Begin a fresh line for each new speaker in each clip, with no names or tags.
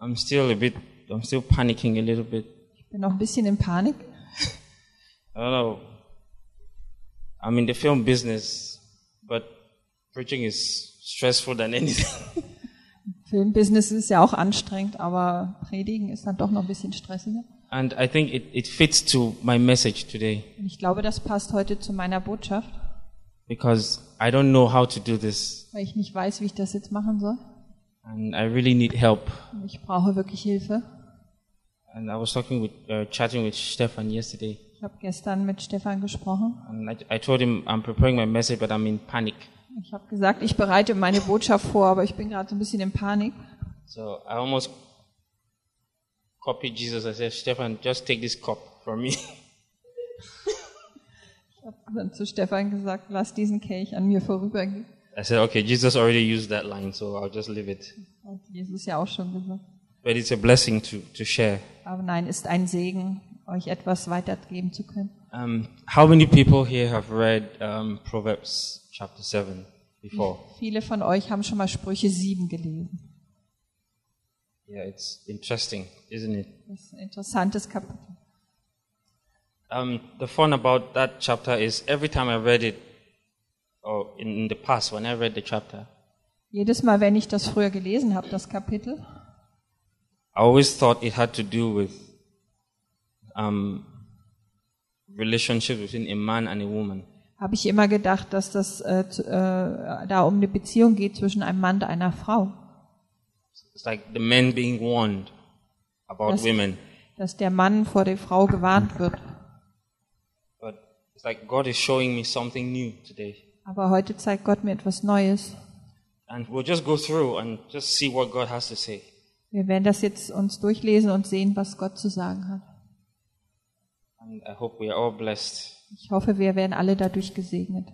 I'm still a bit, I'm still panicking a little bit.
Bin noch ein bisschen in Panik.
I don't know. I'm in the film business, but preaching is stressful than anything.
Filmbusiness ist ja auch anstrengend, aber Predigen ist dann doch noch ein bisschen stressiger.
and I think it, it fits to my message today
Und ich glaube, das passt heute zu meiner Botschaft,
because I don't know how to do this
weil ich nicht weiß, wie ich das jetzt machen soll.
and I really need help.
Und Ich brauche wirklich Hilfe.
And I was talking with, uh, chatting with Stefan yesterday
Ich habe gestern mit Stefan gesprochen.
and I, I told him I'm preparing my message, but I'm in panic.
Ich habe gesagt, ich bereite meine Botschaft vor, aber ich bin gerade so ein bisschen in Panik.
So I almost copied Jesus. I said, Stefan, just take this cup from me.
Ich habe dann zu Stefan gesagt, lass diesen Kelch an mir vorübergehen.
I said, okay, Jesus already used that line, so I'll just leave it.
Hat Jesus ja auch schon gesagt.
But it's a blessing to, to share.
Aber nein, ist ein Segen, euch etwas weitergeben zu können.
Um, how many people here have read um, Proverbs chapter 7 before?
Viele von euch haben schon mal Sprüche 7 gelesen.
Yeah, it's interesting, isn't it?
Das ist ein interessantes Kapitel.
Um, the fun about that chapter is every time I read it, or in, in the past when I read the chapter,
Jedes Mal, wenn ich das früher gelesen habe, das Kapitel,
I always thought it had to do with um, relationship between a man and a woman.
habe ich immer gedacht, dass das äh, zu- äh, da um eine Beziehung geht zwischen einem Mann und einer Frau.
It's like the men being warned about
That's-
women,
Dass der Mann vor der Frau gewarnt wird.
but it's like God is showing me something new today.
Aber heute zeigt Gott mir etwas Neues.
And we'll just go through and just see what God has to say.
Wir werden das jetzt uns durchlesen und sehen, was Gott zu sagen hat.
And I hope we are all blessed.
Ich hoffe, wir werden alle dadurch gesegnet.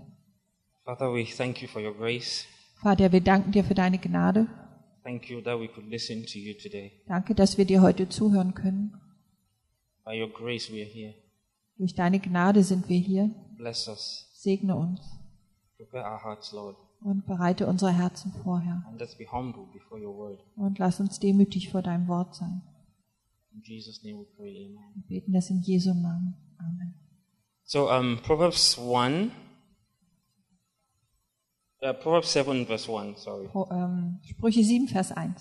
Father, we thank you for your grace.
Vater, wir danken dir für deine Gnade.
Thank you that we could listen to you today.
Danke, dass wir dir heute zuhören können.
By your grace, we are here.
Durch deine Gnade sind wir hier.
Bless us.
Segne uns
Prepare our hearts, Lord.
und bereite unsere Herzen vorher.
And let's be humble before your word.
Und lass uns demütig vor deinem Wort sein.
In Jesus' name we pray. Amen.
Wir beten das in Jesu Namen. Amen.
So, um, Proverbs 1. Uh, Proverbs 7, verse 1. Sorry.
Pro, ähm, Sprüche 7, Vers 1.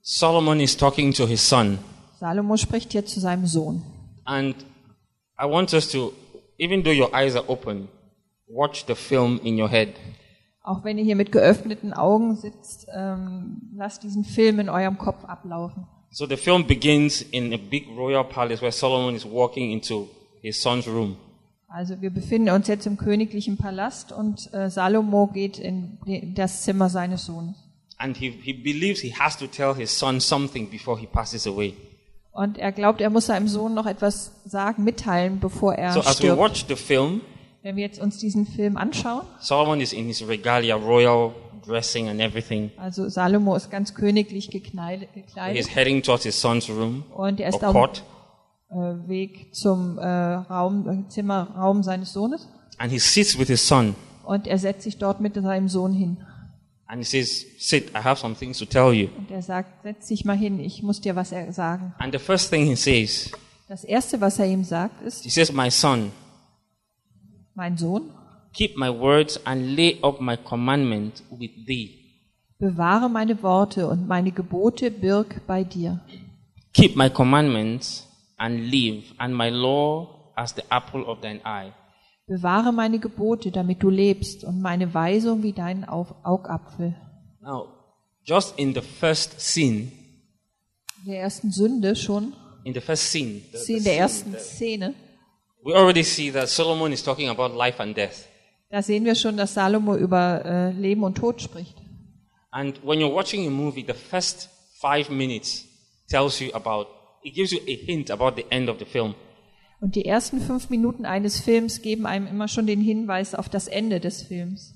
Solomon is talking to his son.
Salomo spricht hier zu seinem Sohn.
And I want us to, even though your eyes are open, watch the film in your head.
Auch wenn ihr hier mit geöffneten Augen sitzt, ähm, lasst diesen Film in eurem Kopf ablaufen.
So the film begins in a big royal palace where Solomon is walking into his son's room.
Also wir befinden uns jetzt im königlichen Palast und äh, Salomo geht in de- das Zimmer seines Sohnes.
And he, he believes he has to tell his son something before he passes away.
Und er glaubt, er muss seinem Sohn noch etwas sagen, mitteilen, bevor er
So as we
stirbt.
watch the film,
Wenn wir jetzt uns diesen Film anschauen,
Solomon is in his regalia, royal dressing and everything.
also Salomo ist ganz königlich gekneil-
He's
gekleidet
heading towards his son's room
und er
or
ist auf
court,
dem äh, Weg zum äh, Raum, Zimmerraum seines Sohnes
and he sits with his son
und er setzt sich dort mit seinem Sohn hin.
and he says, "Sit, I have some things to tell you."
Und er sagt, setz dich mal hin, ich muss dir was er- sagen.
And the first thing he says,
Das Erste, was er ihm sagt, ist,
he says, "My son,
mein Sohn,
keep my words and lay up my commandment with thee."
Bewahre meine Worte und meine Gebote birg bei dir.
Keep my commandments and live, and my law as the apple of thine eye.
Bewahre meine Gebote, damit du lebst, und meine Weisung wie deinen Auf Augapfel.
Now, just in the first scene,
In der ersten Sünde schon,
in the first scene, the- the
in der
scene,
ersten Szene,
we already see that Solomon is talking about life and death.
da sehen wir schon, dass Salomo über äh, Leben und Tod spricht.
And when you're watching a movie, the first five minutes tells you about, it gives you a hint about the end of the film.
Und die ersten fünf Minuten eines Films geben einem immer schon den Hinweis auf das Ende des Films.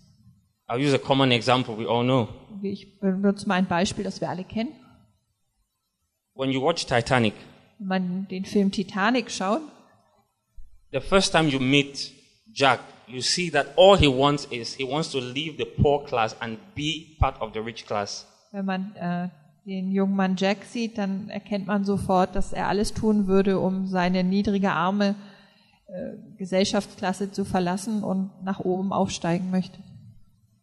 I'll use a common example we all know.
Ich benutze mal ein Beispiel, das wir alle kennen.
When you watch Titanic,
Wenn man den Film Titanic schaut,
the first time you meet Jack, you see that all he wants is he wants to leave the poor class and be part of the rich class.
wenn man äh, den jungen Mann Jack sieht, dann erkennt man sofort, dass er alles tun würde, um seine niedrige arme äh, Gesellschaftsklasse zu verlassen und nach oben aufsteigen möchte.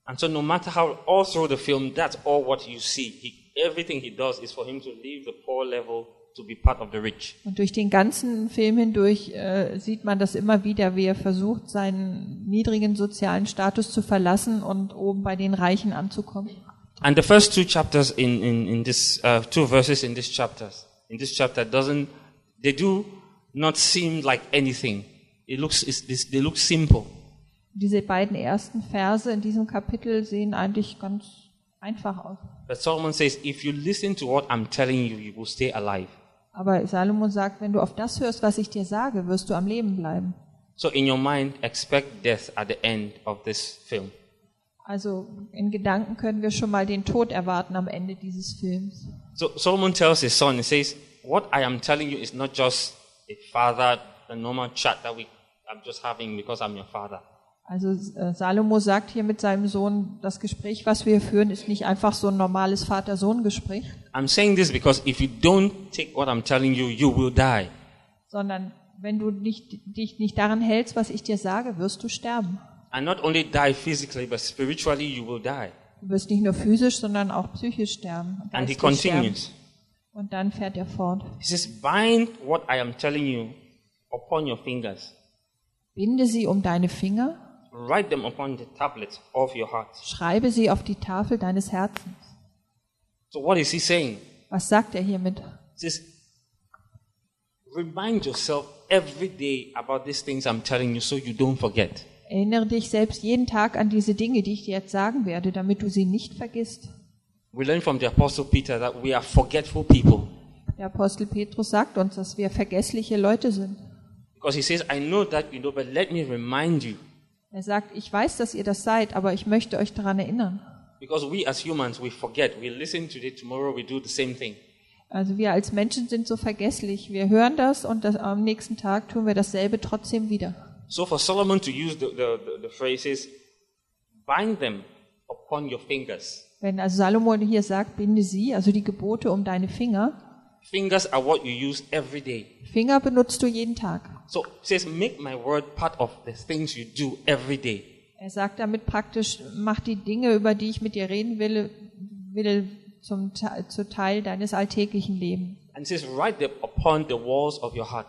And so, no matter how, all through the film, that's all what you see. He, everything he does is for him to leave the poor level to be part of the rich.
Und durch den ganzen Film hindurch äh, sieht man das immer wieder, wie er versucht, seinen niedrigen sozialen Status zu verlassen und oben bei den Reichen anzukommen.
And the first two chapters in, in, in this, uh, two verses in this chapter, in this chapter doesn't, they do not seem like anything. It looks, it's, it's, they look simple.
Diese beiden ersten Verse in diesem Kapitel sehen eigentlich ganz einfach aus.
But Solomon says, if you listen to what I'm telling you, you will stay alive.
Aber Salomo sagt, wenn du auf das hörst, was ich dir sage, wirst du am Leben bleiben.
So in your mind, expect death at the end of this film.
Also in Gedanken können wir schon mal den Tod erwarten am Ende dieses Films.
So Solomon tells his son, he says, What I am telling you is not just a father, the normal chat that we I'm just having because I'm your father.
Also äh, Salomo sagt hier mit seinem Sohn, das Gespräch, was wir führen, ist nicht einfach so ein normales Vater-Sohn-Gespräch,
I'm saying this because if you don't take what I'm telling you, you will die.
sondern wenn du nicht, dich nicht daran hältst, was ich dir sage, wirst du sterben.
And not only die physically, but spiritually you will die.
Du wirst nicht nur physisch, sondern auch psychisch sterben.
And he
geistig sterben.
continues.
Und dann fährt er fort.
He says, Bind what I am telling you upon your fingers,
Binde sie um deine Finger,
write them upon the tablets of your heart.
schreibe sie auf die Tafel deines Herzens.
So what is he saying?
Was sagt er hiermit?
He says, Remind yourself every day about these things I'm telling you so you don't forget.
Erinnere dich selbst jeden Tag an diese Dinge, die ich dir jetzt sagen werde, damit du sie nicht vergisst.
We learn from the Apostle Peter that we are forgetful people.
Der Apostel Petrus sagt uns, dass wir vergessliche Leute sind.
Because he says, I know that you know, but let me remind you.
Er sagt, ich weiß, dass ihr das seid, aber ich möchte euch daran erinnern.
Because we as humans, we forget. We listen today, tomorrow we do the same thing.
Also wir als Menschen sind so vergesslich. Wir hören das und das, am nächsten Tag tun wir dasselbe trotzdem wieder.
So for Solomon to use the, the, the, the phrases, bind them upon your fingers.
Wenn also Salomo hier sagt, binde sie, also die Gebote um deine Finger.
Fingers are what you use every day.
Finger benutzt du jeden Tag.
So it says, make my word part of the things you do every day.
Er sagt damit praktisch, mach die Dinge, über die ich mit dir reden will, will zum, Te- zu Teil deines alltäglichen Lebens.
And it says, write them upon the walls of your heart.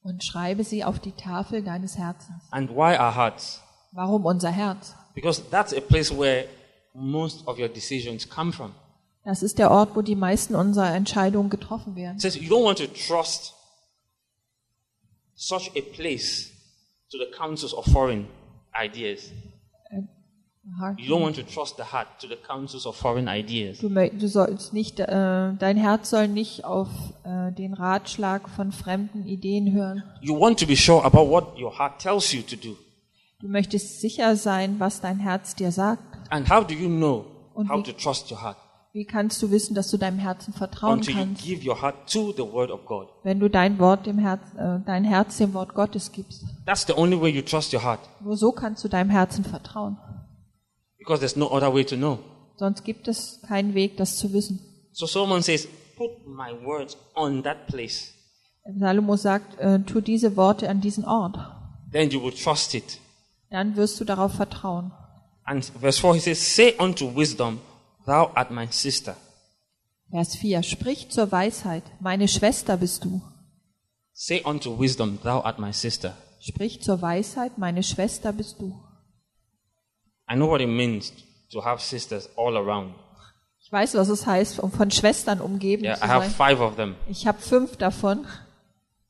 Und schreibe sie auf die Tafel deines Herzens.
And why our hearts?
Warum unser Herz?
Because that's a place where most of your decisions come from.
Das ist der Ort, wo die meisten unserer Entscheidungen getroffen werden.
It says you don't want to trust such a place to the counsels of foreign ideas.
Aha.
You don't want to trust the heart to the counsels of foreign ideas.
Du, mö- du sollst nicht, äh, dein Herz soll nicht auf äh, den Ratschlag von fremden Ideen hören.
You want to be sure about what your heart tells you to do.
Du möchtest sicher sein, was dein Herz dir sagt.
And how do you know
Und
how to
wie-
trust your heart?
Wie kannst du wissen, dass du deinem Herzen vertrauen
Until you
kannst,
give your heart to the Word of God.
wenn du dein Wort dem Herz, äh, dein Herz dem Wort Gottes gibst?
That's the only way you trust your heart
Nur so kannst du deinem Herzen vertrauen.
because there's no other way to know.
Sonst gibt es keinen Weg, das zu wissen.
So Solomon says, Put my words on that place,
Salomo sagt, äh, tu diese Worte an diesen Ort.
then you will trust it.
Dann wirst du darauf vertrauen.
And verse 4, he says, Say unto wisdom, Thou art my sister.
Vers 4. Sprich zur Weisheit. Meine Schwester bist du.
Say unto wisdom, Thou art my sister.
Sprich zur Weisheit, meine Schwester bist du.
I know what it means to have sisters all around.
Ich weiß, was es heißt, um von Schwestern umgeben
Yeah,
zu
I have
sein.
five of them,
Ich habe fünf davon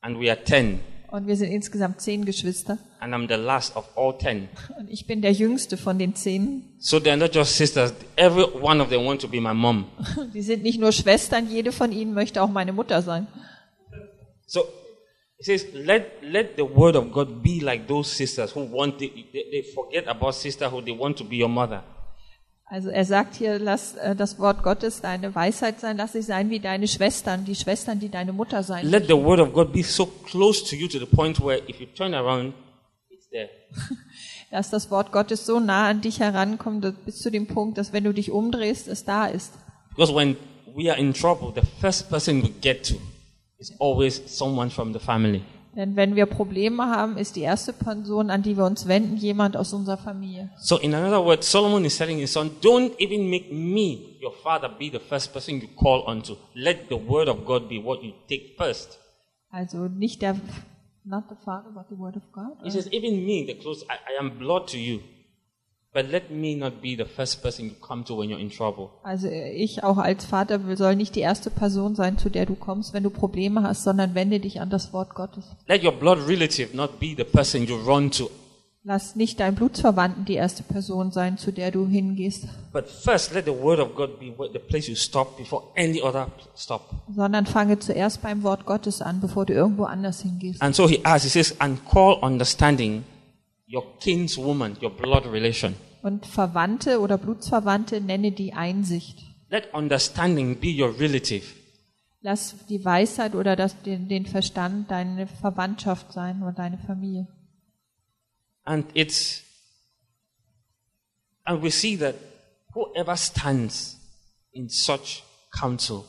and we are ten,
und wir sind insgesamt zehn Geschwister.
and I'm the last of all ten.
Und ich bin der jüngste von den zehn.
So they're not just sisters. Every one of them want to be my mom.
Die sind nicht nur Schwestern, jede von ihnen möchte auch meine Mutter sein.
So he says, let, let the word of God be like those sisters who want, the, they, they forget about sisterhood, they want to be your mother.
Also er sagt hier, lass äh, das Wort Gottes deine Weisheit sein, lass dich sein wie deine Schwestern, die Schwestern, die deine Mutter sein.
Let the word of God be so close to you to the point where if you turn around, it's there.
Lass das Wort Gottes so nah an dich herankommen, dass- bis zu dem Punkt, dass wenn du dich umdrehst, es da ist.
Because when we are in trouble, the first person we get to is always someone from the family.
Denn wenn wir Probleme haben, ist die erste Person, an die wir uns wenden, jemand aus unserer Familie.
So, in another word, Solomon is telling his son, Don't even make me, your father, be the first person you call unto. Let the word of God be what you take first.
Also nicht der, not the Father, but the Word of God.
He says, Even me, the close, I, I am blood to you. But let me not be the first person you come to when you're in trouble.
Also ich auch als Vater will- soll nicht die erste Person sein, zu der du kommst, wenn du Probleme hast, sondern wende dich an das Wort Gottes.
Let your blood relative not be the person you run to.
Lass nicht deinen Blutsverwandten die erste Person sein, zu der du hingehst,
But first, let the word of God be where- the place you stop before any other stop.
sondern fange zuerst beim Wort Gottes an, bevor du irgendwo anders hingehst.
And so he asks, he says, and call understanding your kinswoman, your blood relation.
Und Verwandte oder Blutsverwandte nenne die Einsicht.
Let understanding be your relative.
Lass die Weisheit oder das, den, den Verstand deine Verwandtschaft sein oder deine Familie.
And it's, and we see that whoever stands in such counsel,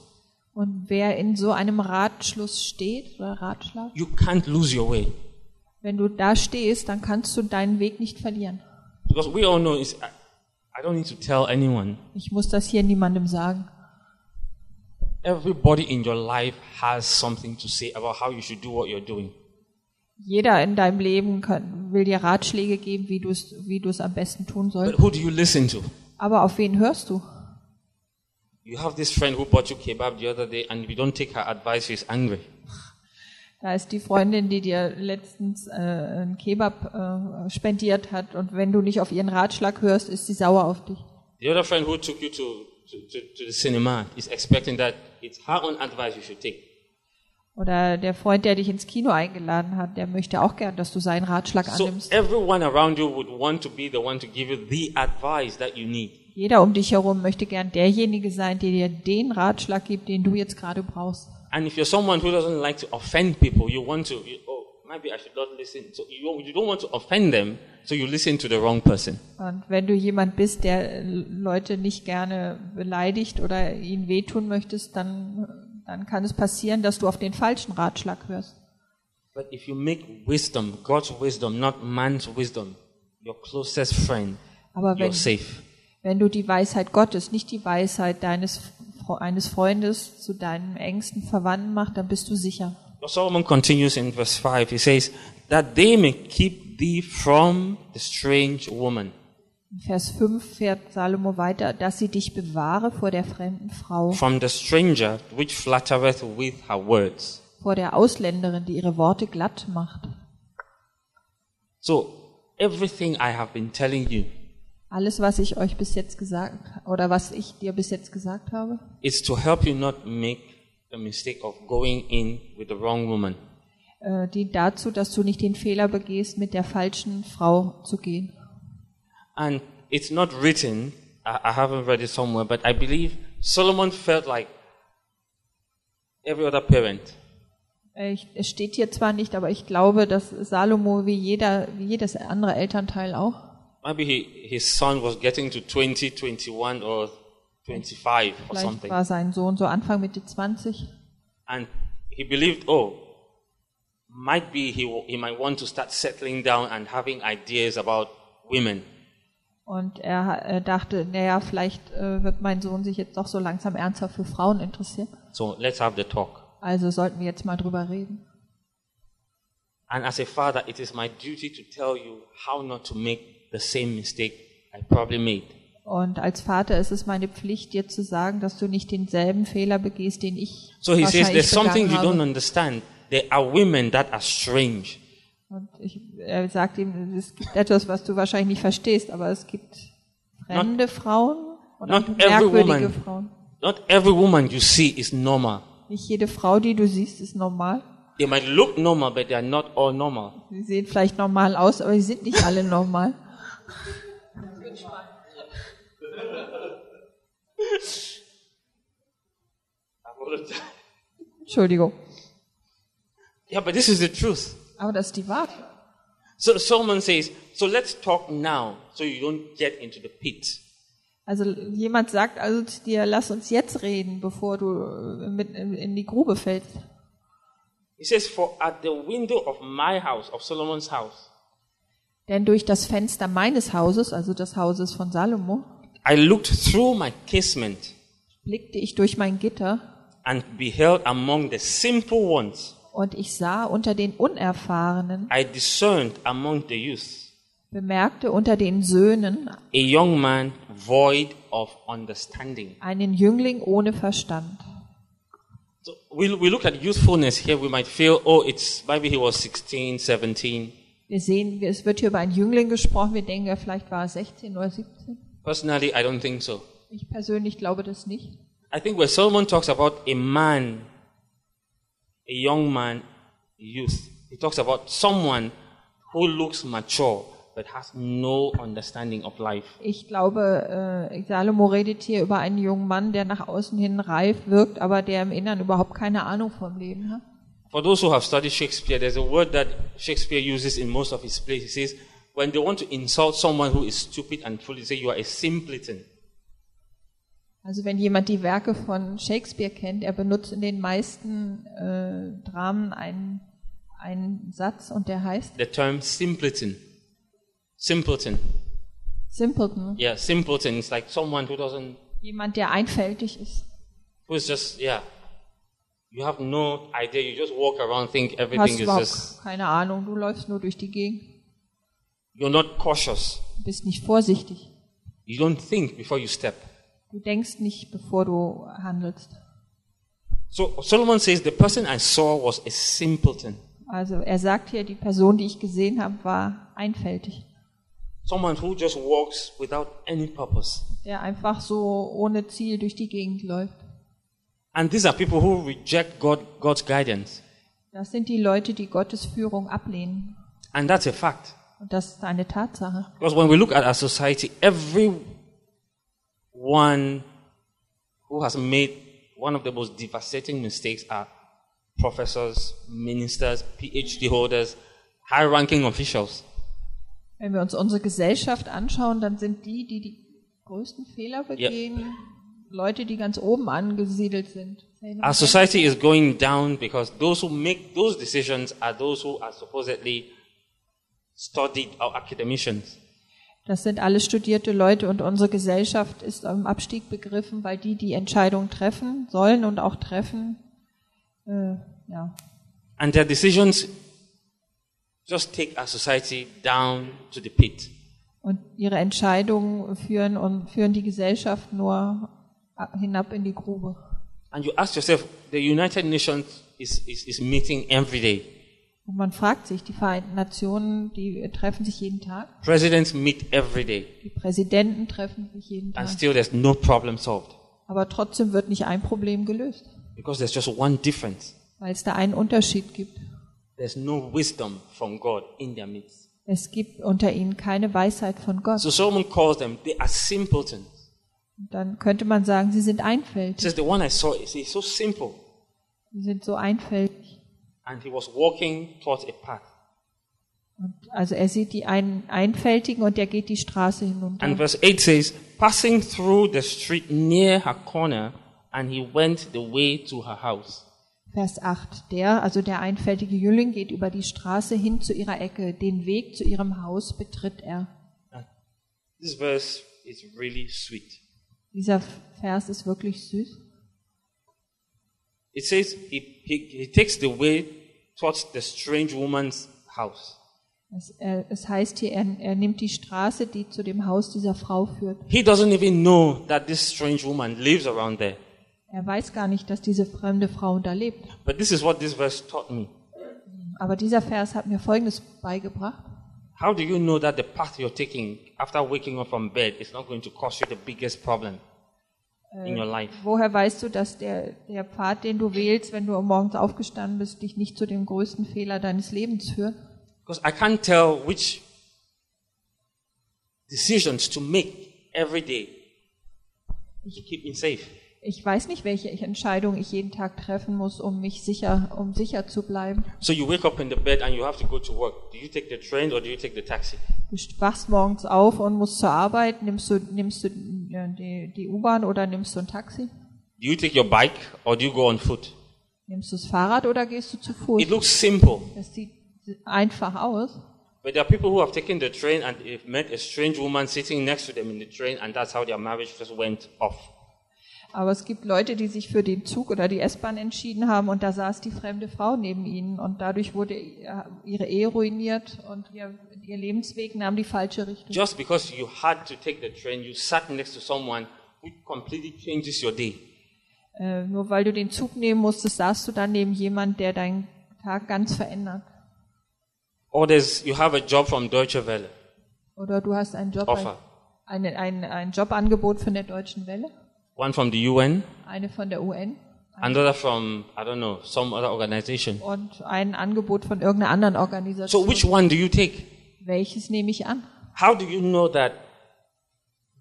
Und wer in so einem Ratschluss steht oder Ratschlag,
you can't lose your way.
wenn du da stehst, dann kannst du deinen Weg nicht verlieren.
Because we all know, it's, I, I don't need to tell anyone,
Ich muss das hier niemandem sagen.
everybody in your life has something to say about how you should do what you're doing.
Jeder in deinem Leben kann, will dir Ratschläge geben, wie du es wie du es am besten tun
But
sollst.
who do you listen to?
Aber auf wen hörst du?
You have this friend who bought you kebab the other day, and if you don't take her advice, she's angry.
Da ist die Freundin, die dir letztens äh, einen Kebab äh, spendiert hat und wenn du nicht auf ihren Ratschlag hörst, ist sie sauer auf dich.
The other friend who took you to, to, to, to the cinema is expecting that it's her own advice you should take.
Oder der Freund, der dich ins Kino eingeladen hat, der möchte auch gern, dass du seinen Ratschlag
So äh
annimmst.
everyone around you would want to be the one to give you the advice that you need.
Jeder um dich herum möchte gern derjenige sein, der dir den Ratschlag gibt, den du jetzt gerade brauchst.
And if you're someone who doesn't like to offend people, you want to, you, oh, maybe I should not listen. So you don't, you don't want to offend them, so you listen to the wrong person.
Und wenn du jemand bist, der äh, Leute nicht gerne beleidigt oder ihnen wehtun möchtest, dann, dann kann es passieren, dass du auf den falschen Ratschlag hörst.
But if you make wisdom, God's wisdom, not man's wisdom, your closest friend,
Aber wenn,
you're safe.
wenn du die Weisheit Gottes, nicht die Weisheit deines, Fre- eines Freundes zu deinem engsten Verwandten machst, dann bist du sicher.
Now Solomon continues in verse 5. He says, That they may keep thee from the strange woman.
In Vers 5 fährt Salomo weiter, dass sie dich bewahre vor der fremden Frau,
from the stranger which flattereth with her words.
vor der Ausländerin, die ihre Worte glatt macht.
So, everything I have been telling you
Alles, was ich euch bis jetzt gesagt oder was ich dir bis jetzt gesagt habe,
is to help you not make the mistake of going in with the wrong woman.
äh, dient dazu, dass du nicht den Fehler begehst, mit der falschen Frau zu gehen.
And it's not written, I, I haven't read it somewhere, but I believe Solomon felt like every other parent.
Äh, Ich, es steht hier zwar nicht, aber ich glaube, dass Salomo wie jeder, wie jedes andere Elternteil auch,
Maybe he, his son was getting to 20, 21, or 25 or
vielleicht
something.
war sein Sohn so Anfang Mitte 20,
and he believed, oh, might be he, w- he might want to start settling down and having ideas about women.
Und er ha- äh, dachte, naja, vielleicht äh, wird mein Sohn sich jetzt doch so langsam ernsthaft für Frauen interessieren.
So let's have the talk.
Also sollten wir jetzt mal drüber reden.
And as a father, it is my duty to tell you how not to make the same mistake I probably made.
Und als Vater ist es meine Pflicht, dir zu sagen, dass du nicht denselben Fehler begehst, den ich
So he says,
wahrscheinlich
there's something
begangen
you don't
habe.
understand. There are women that are strange.
Und ich, er sagt ihm, es gibt etwas, was du wahrscheinlich nicht verstehst, aber es gibt fremde Frauen und
not
auch
every
merkwürdige
woman.
Frauen.
Not every woman you see is normal.
Nicht jede Frau, die du siehst, ist normal.
They might look normal, but they are not all normal.
Sie sehen vielleicht normal aus, aber sie sind nicht alle normal. Entschuldigung.
Yeah, but this is the truth.
Aber das ist die Wahrheit.
So Solomon says, so let's talk now so you don't get into the pit.
Also jemand sagt also zu dir, lass uns jetzt reden, bevor du äh, mit in die Grube fällst.
He says, For at the window of my house, of Solomon's house,
Denn durch das Fenster meines Hauses, also des Hauses von Salomo,
I looked through my casement
blickte ich durch mein Gitter
and beheld among the simple ones,
und ich sah unter den Unerfahrenen,
I discerned among the youth,
bemerkte unter den Söhnen
a young man void of understanding.
einen Jüngling ohne Verstand.
So we, we look at youthfulness here, we might feel, oh, it's maybe he was 16, 17.
Wir sehen, es wird hier über einen Jüngling gesprochen, wir denken, ja, vielleicht war er 16 oder 17.
Personally, I don't think so.
Ich persönlich glaube das nicht.
I think where Solomon talks about a man, a young man, youth, he talks about someone who looks mature but has no understanding of life.
Ich glaube, äh, Salomo redet hier über einen jungen Mann, der nach außen hin reif wirkt, aber der im Innern überhaupt keine Ahnung vom Leben hat.
For those who have studied Shakespeare, there's a word that Shakespeare uses in most of his plays. He says, when they want to insult someone who is stupid and foolish, they say, You are a simpleton.
Also wenn jemand die Werke von Shakespeare kennt, er benutzt in den meisten äh, Dramen einen, einen Satz und der heißt
The term simpleton. Simpleton.
Simpleton.
Yeah, simpleton is like someone who doesn't,
Jemand, der einfältig ist.
who is just, yeah. You have no idea. You just walk around, think
Du
everything
hast
is just.
überhaupt keine Ahnung, du läufst nur durch die Gegend,
You're not cautious.
Du bist nicht vorsichtig.
You don't think before you step.
Du denkst nicht, bevor du handelst.
So Solomon says the person I saw was a simpleton,
Also er sagt hier, die Person, die ich gesehen habe, war einfältig.
someone who just walks without any purpose.
Der einfach so ohne Ziel durch die Gegend läuft.
And these are people who reject God, God's guidance.
Das sind die Leute, die Gottes Führung ablehnen.
And that's a fact.
Und das ist eine Tatsache.
Because when we look at our society, everyone who has made one of the most devastating mistakes are professors, ministers, PhD holders, high ranking officials.
Wenn wir uns unsere Gesellschaft anschauen, dann sind die, die die größten Fehler begehen, Leute, die ganz oben angesiedelt sind.
Our society is going down because those who make those decisions are those who are supposedly studied or academicians.
Das sind alles studierte Leute und unsere Gesellschaft ist im Abstieg begriffen, weil die die Entscheidung treffen sollen und auch treffen. Äh, ja.
And their decisions just take our society down to the pit.
Und ihre Entscheidungen führen und führen die Gesellschaft nur ab- hinab in die Grube.
And you ask yourself, the United Nations is, is, is meeting every day.
Und man fragt sich, die Vereinten Nationen, die treffen sich jeden Tag,
Presidents meet every day.
die Präsidenten treffen sich jeden
And
Tag,
still there's no problem solved.
aber trotzdem wird nicht ein Problem gelöst,
Because there's just one difference.
weil es da einen Unterschied gibt.
There's no wisdom from God in their midst.
Es gibt unter ihnen keine Weisheit von Gott.
So Solomon calls them, they are simpletons.
Und dann könnte man sagen, sie sind
He
einfältig.
says, the one I saw is he's so simple.
Sie sind so einfältig.
And he was walking towards a path.
Und also er sieht die einen Einfältigen und er geht die Straße hinunter.
And verse 8 says, passing through the street near her corner, and he went the way to her house.
Vers 8. Der, also der einfältige Jüngling, geht über die Straße hin zu ihrer Ecke. Den Weg zu ihrem Haus betritt er.
This verse is really sweet.
Dieser Vers ist wirklich süß.
It says he, he, he takes the way towards the strange woman's house.
Es, äh, es heißt hier, er, er nimmt die Straße, die zu dem Haus dieser Frau führt.
He doesn't even know that this strange woman lives around there.
Er weiß gar nicht, dass diese fremde Frau da lebt.
But this is what this verse taught me.
Aber dieser Vers hat mir Folgendes beigebracht.
How do you know that the path you're taking after waking up from bed is not going to cause you the biggest problem in your life?
Woher weißt du, dass der, der Pfad, den du wählst, wenn du morgens aufgestanden bist, dich nicht zu dem größten Fehler deines Lebens führt?
Because I can't tell which decisions to make every day to keep me safe.
Ich weiß nicht, welche Entscheidung ich jeden Tag treffen muss, um mich sicher, um sicher zu bleiben.
So you wake up in the bed and you have to go to work. Do you take the train or do you take the taxi?
Du wachst morgens auf und musst zur Arbeit. Nimmst du, nimmst du äh, die, die U-Bahn oder nimmst du ein Taxi?
Do you take your bike or do you go on foot?
Nimmst du das Fahrrad oder gehst du zu
It
Fuß?
looks simple,
Das sieht einfach aus.
but there are people who have taken the train and they've met a strange woman sitting next to them in the train, and that's how their marriage just went off.
Aber es gibt Leute, die sich für den Zug oder die S-Bahn entschieden haben und da saß die fremde Frau neben ihnen und dadurch wurde äh, ihre Ehe ruiniert und ihr, ihr Lebensweg nahm die falsche Richtung.
Just because you had to take the train, you sat next to someone who completely changes your day.
Äh, nur weil du den Zug nehmen musstest, saß du dann neben jemand, der deinen Tag ganz verändert.
Or there's, you have a job from Deutsche Welle.
Oder du hast einen Job,
Offer.
ein, ein, ein Jobangebot von der Deutschen Welle,
One from the UN,
eine von der UN
another from, I don't know, some other organization.
und ein Angebot von irgendeiner anderen
So
Organisation.
which one do you take?
Welches nehme ich an?
How do you know that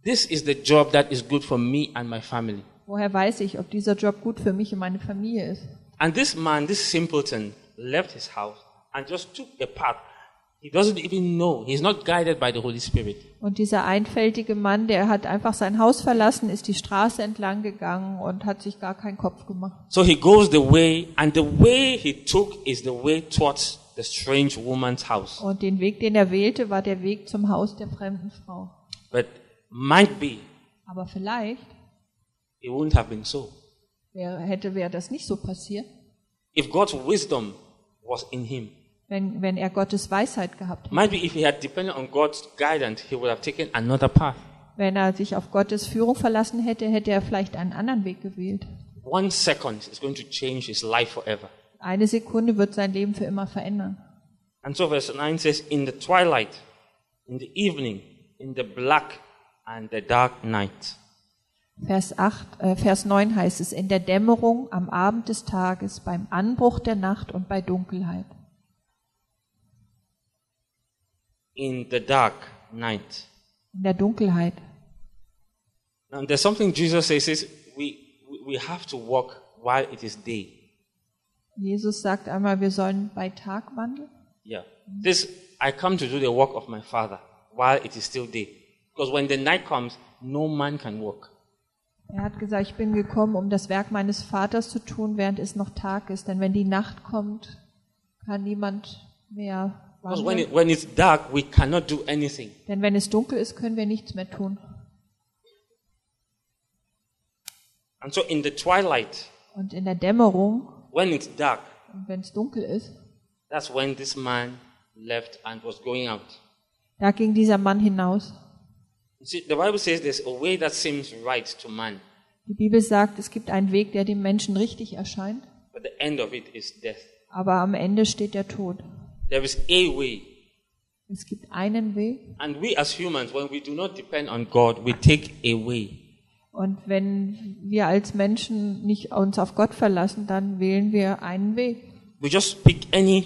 this is the job that is good for me and my family?
Woher weiß ich, ob dieser Job gut für mich und meine Familie ist?
And this man, this simpleton, left his house and just took a path. He doesn't even know. He's not guided by the Holy Spirit.
Und dieser einfältige Mann, der hat einfach sein Haus verlassen, ist die Straße entlang gegangen und hat sich gar keinen Kopf gemacht.
So he goes the way, and the way he took is the way towards the strange woman's house.
Und den Weg, den er wählte, war der Weg zum Haus der fremden Frau.
But might be,
Aber vielleicht
it wouldn't have been so.
wäre, hätte wäre das nicht so passiert,
If God's wisdom was in him,
wenn, wenn er Gottes Weisheit gehabt hätte.
might be if he had depended on God's guidance, he would have taken another path.
Wenn er sich auf Gottes Führung verlassen hätte, hätte er vielleicht einen anderen Weg gewählt.
One second is going to change his life forever.
Eine Sekunde wird sein Leben für immer verändern.
And so verse 9 says, In the twilight, in the evening, in the black and the dark night.
Vers, 8, äh, Vers 9 heißt es, in der Dämmerung, am Abend des Tages, beim Anbruch der Nacht und bei Dunkelheit.
In the dark night.
In der Dunkelheit.
Now there's something Jesus says, says we, we- we have to walk while it is day.
Jesus sagt einmal, wir sollen bei Tag wandeln.
Yeah. This, I come to do the work of my Father while it is still day. Because when the night comes, no man can walk.
Er hat gesagt, ich bin gekommen, um das Werk meines Vaters zu tun, während es noch Tag ist. Denn wenn die Nacht kommt, kann niemand mehr
Because when,
wandeln.
it, when it's dark, we cannot do anything.
Denn wenn es dunkel ist, können wir nichts mehr tun.
And so in the twilight,
Und in der Dämmerung,
when it's dark,
und wenn es dunkel ist,
that's when this man left and was going out.
da ging dieser Mann hinaus.
You see, the Bible says there's a way that seems right to man,
Die Bibel sagt, es gibt einen Weg, der dem Menschen richtig erscheint,
but the end of it is death.
aber am Ende steht der Tod.
There is a way.
Es gibt einen Weg
And we as humans, when we do not depend on God, we take a way.
und wenn wir als Menschen nicht uns auf Gott verlassen, dann wählen wir einen Weg.
We just pick any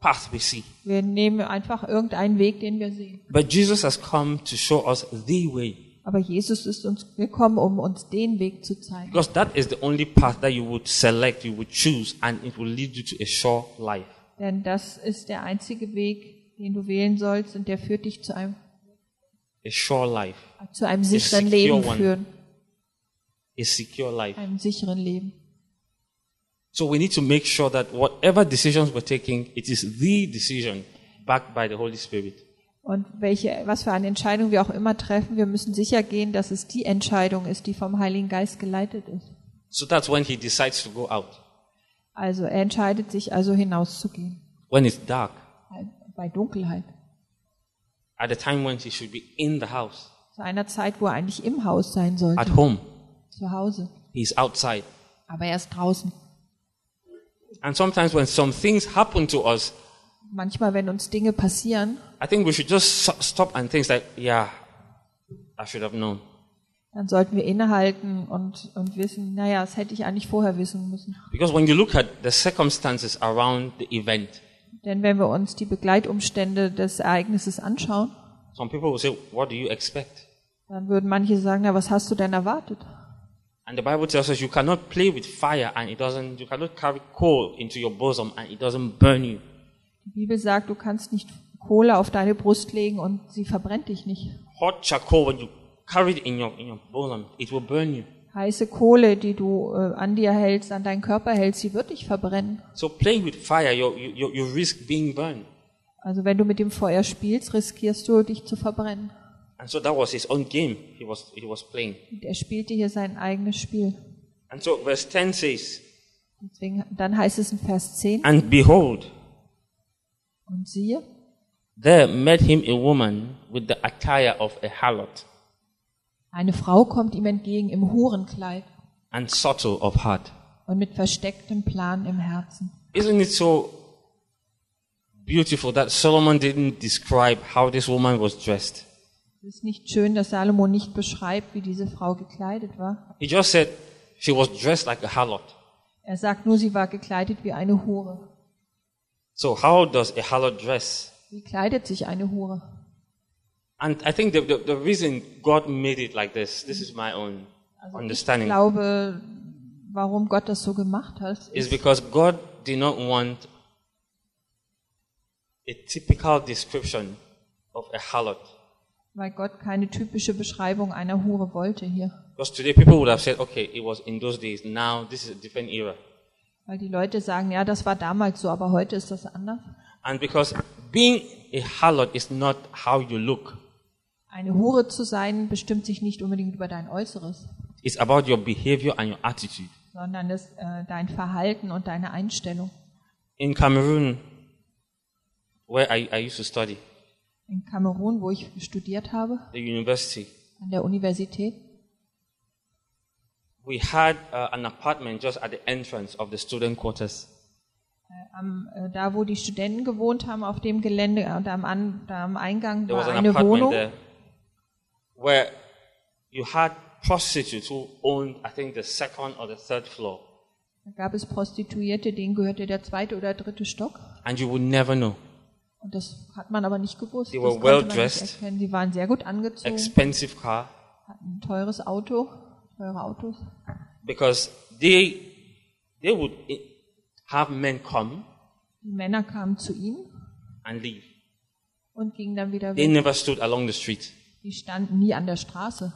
path we see.
Wir nehmen einfach irgendeinen Weg, den wir sehen.
But Jesus has come to show us the way.
Aber Jesus ist uns gekommen, um uns den Weg zu zeigen.
Because that is the only path that you would select, you would choose, and it will lead you to a sure life.
Denn das ist der einzige Weg, den du wählen sollst und der führt dich zu einem,
A sure life.
zu einem sicheren Leben führen.
A secure life.
Einem sicheren Leben.
So we need to make sure that whatever decisions we're taking, it is the decision backed by the Holy Spirit.
Und welche, was für eine Entscheidung wir auch immer treffen, wir müssen sicher gehen, dass es die Entscheidung ist, die vom Heiligen Geist geleitet ist.
So that's when he decides to go out.
Also er entscheidet sich also hinauszugehen.
When it's dark,
Bei Dunkelheit.
at the time when he should be in the house,
Zu einer Zeit, wo er eigentlich im Haus sein
at
sollte.
home,
Zu Hause.
he's outside.
Aber er ist draußen.
And sometimes when some things happen to us,
Manchmal, wenn uns Dinge passieren,
I think we should just so- stop and think like, yeah, I should have known.
dann sollten wir innehalten und, und wissen, naja, das hätte ich eigentlich vorher wissen müssen.
Because when you look at the circumstances around the event,
Denn wenn wir uns die Begleitumstände des Ereignisses anschauen,
some people will say, what do you expect?
dann würden manche sagen, na, was hast du denn erwartet?
And the Bible tells us you cannot play with fire and it doesn't, you cannot carry coal into your bosom and it doesn't burn you.
Die Bibel sagt, du kannst nicht Kohle auf deine Brust legen und sie verbrennt dich nicht.
Hot charcoal, when you carry it in your, in your bosom, it will burn you.
Heiße Kohle, die du äh, an dir hältst, an deinen Körper hältst, die wird dich verbrennen.
So playing with fire, you, you, you- you risk being burned.
Also wenn du mit dem Feuer spielst, riskierst du, dich zu verbrennen.
And so that was his own game he was, he was playing.
Und er spielte hier sein eigenes Spiel.
And so verse 10 says,
Deswegen, dann heißt es in Vers 10,
And behold,
und siehe,
there met him a woman with the attire of a harlot
eine Frau kommt ihm entgegen im Hurenkleid
and subtle of heart.
und mit verstecktem Plan im Herzen.
Isn't it so beautiful that Solomon didn't describe how this woman was dressed?
Es ist nicht schön, dass Salomo nicht beschreibt, wie diese Frau gekleidet war.
He just said she was dressed like a harlot.
Er sagt nur, sie war gekleidet wie eine Hure.
So how does a harlot dress?
Wie kleidet sich eine Hure?
And I think the, the, the reason God made it like this, this is my own
Ich
understanding,
glaube, warum Gott das so gemacht hat,
is
ist,
because God did not want a typical description of a harlot.
weil Gott keine typische Beschreibung einer Hure wollte hier.
Because today people would have said, okay, it was in those days, now this is a different era.
Weil die Leute sagen, ja, das war damals so, aber heute ist das anders.
And because being a harlot is not how you look,
Eine Hure zu sein bestimmt sich nicht unbedingt über dein Äußeres,
it's about your behavior and your attitude.
sondern das, äh, dein Verhalten und deine Einstellung.
In Cameroon, where I, I used to study,
In Kamerun, wo ich studiert habe,
the university,
an der Universität,
we had uh, an apartment just at the entrance of the student quarters.
am, äh, da wo die Studenten gewohnt haben auf dem Gelände äh, da am, An, da am Eingang
There
war
was an
eine
apartment
Wohnung
there where you had prostitutes who owned, I think, the second or the third floor,
da gab es Prostituierte denen gehörte der zweite oder dritte Stock
and you would never know.
und das hat man aber nicht gewusst
They
das
were
konnte
well
man
dressed.
nicht erkennen. sie waren sehr gut angezogen
Expensive car
hatten ein teures Auto teure Autos
because they they would i- have men come
die Männer kamen zu ihnen
and leave.
und gingen dann wieder
They
weg
never stood along the street,
die standen nie an der Straße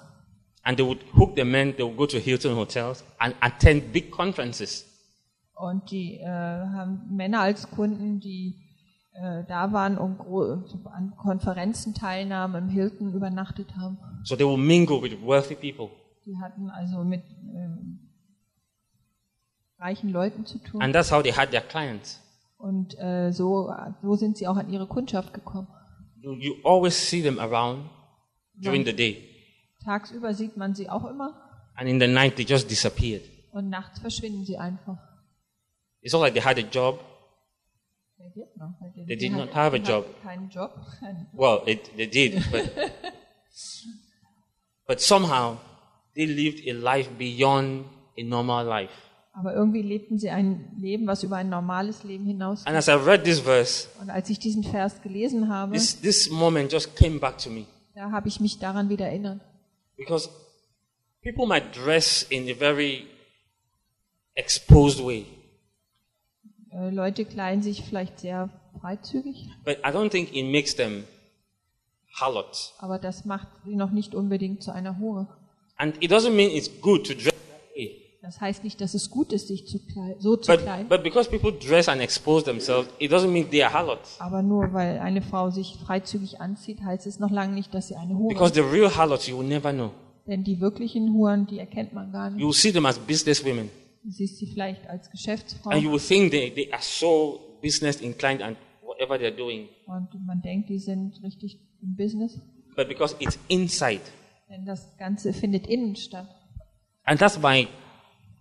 and they would hook the men. They would go to Hilton hotels and attend big conferences.
Und die äh, haben Männer als Kunden, die äh, da waren und gro- an Konferenzen teilnahmen, im Hilton übernachtet haben.
So they would mingle with wealthy people,
Die hatten also mit ähm, reichen Leuten zu tun.
and that's how they had their clients.
und äh, so, so sind sie auch an ihre Kundschaft gekommen.
You, you always see them around during the day,
Tagsüber sieht man sie auch immer
and in the night they just disappeared.
und nachts verschwinden sie einfach.
It's not like they had a job.
Wer geht noch? Wer geht?
They
Die
did not
hatten-
have a
die hatten
job.
Keinen Job. keinen-
Well, it, they did, but but somehow they lived a life beyond a normal life.
Aber irgendwie lebten sie ein Leben, was über ein normales Leben hinaus.
And as I read this verse,
Und als ich diesen Vers gelesen habe,
this, this moment just came back to me
Da habe ich mich daran wieder erinnert.
because people might dress in a very exposed way,
Äh, Leute kleiden sich vielleicht sehr freizügig,
but I don't think it makes them harlots.
aber das macht sie noch nicht unbedingt zu einer Hure.
And it doesn't mean it's good to dress that way.
Das heißt nicht, dass es gut ist, sich zu klei- so zu
But,
kleiden,
but because people dress and expose themselves, it doesn't mean they are harlots.
aber nur weil eine Frau sich freizügig anzieht, heißt es noch lange nicht, dass sie eine Hure
Because
ist.
the real harlots, you will never know.
Denn die wirklichen Huren, die erkennt man gar nicht.
You will see them as business women,
Du siehst sie vielleicht als Geschäftsfrau
and you will think they, they are so business inclined and whatever they're doing.
und man denkt, die sind richtig im Business.
But because it's inside.
Denn das Ganze findet innen statt.
And that's my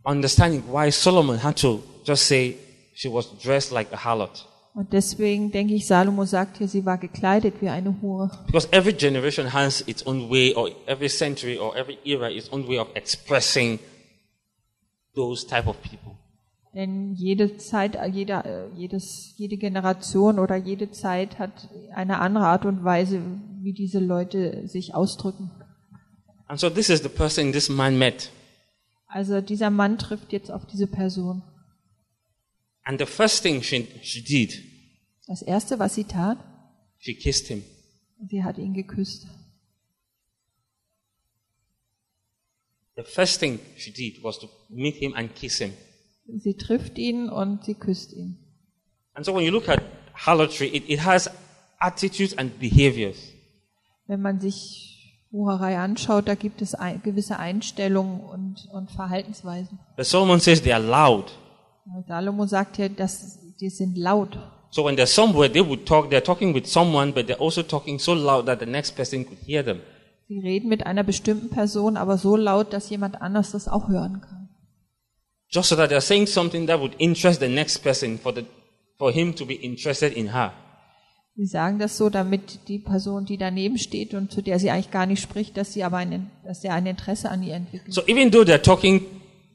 understanding why Solomon had to just say she was dressed like a harlot.
Und deswegen denke ich, Salomo sagt hier, sie war gekleidet wie eine Hure.
Because every generation has its own way, or every century, or every era, its own way of expressing those type of people.
Denn jede Zeit, jeder, äh, jedes, jede Generation oder jede Zeit hat eine andere Art und Weise, wie diese Leute sich ausdrücken.
And so this is the person this man met.
Also dieser Mann trifft jetzt auf diese Person.
And the first thing she, she did,
Das erste, was sie tat,
she kissed him.
sie hat ihn geküsst.
The first thing she did was to meet him and kiss him.
Sie trifft ihn und sie küsst ihn.
And so when you look at harlotry, it, it has attitudes and behaviors.
Wenn man sich Wucherei anschaut, da gibt es ein, gewisse Einstellungen und, und Verhaltensweisen.
But Solomon says they are loud.
Salomo sagt ja, dass die sind laut.
So when they're somewhere, they would talk, they're talking with someone, but they're also talking so loud that the next person could hear them.
Sie reden mit einer bestimmten Person, aber so laut, dass jemand anders das auch hören kann.
Just so that they're saying something that would interest the next person for, the, for him to be interested in her.
Sie sagen das so, damit die Person, die daneben steht und zu der sie eigentlich gar nicht spricht, dass sie aber ein, dass er ein Interesse an ihr entwickelt.
So even though they're talking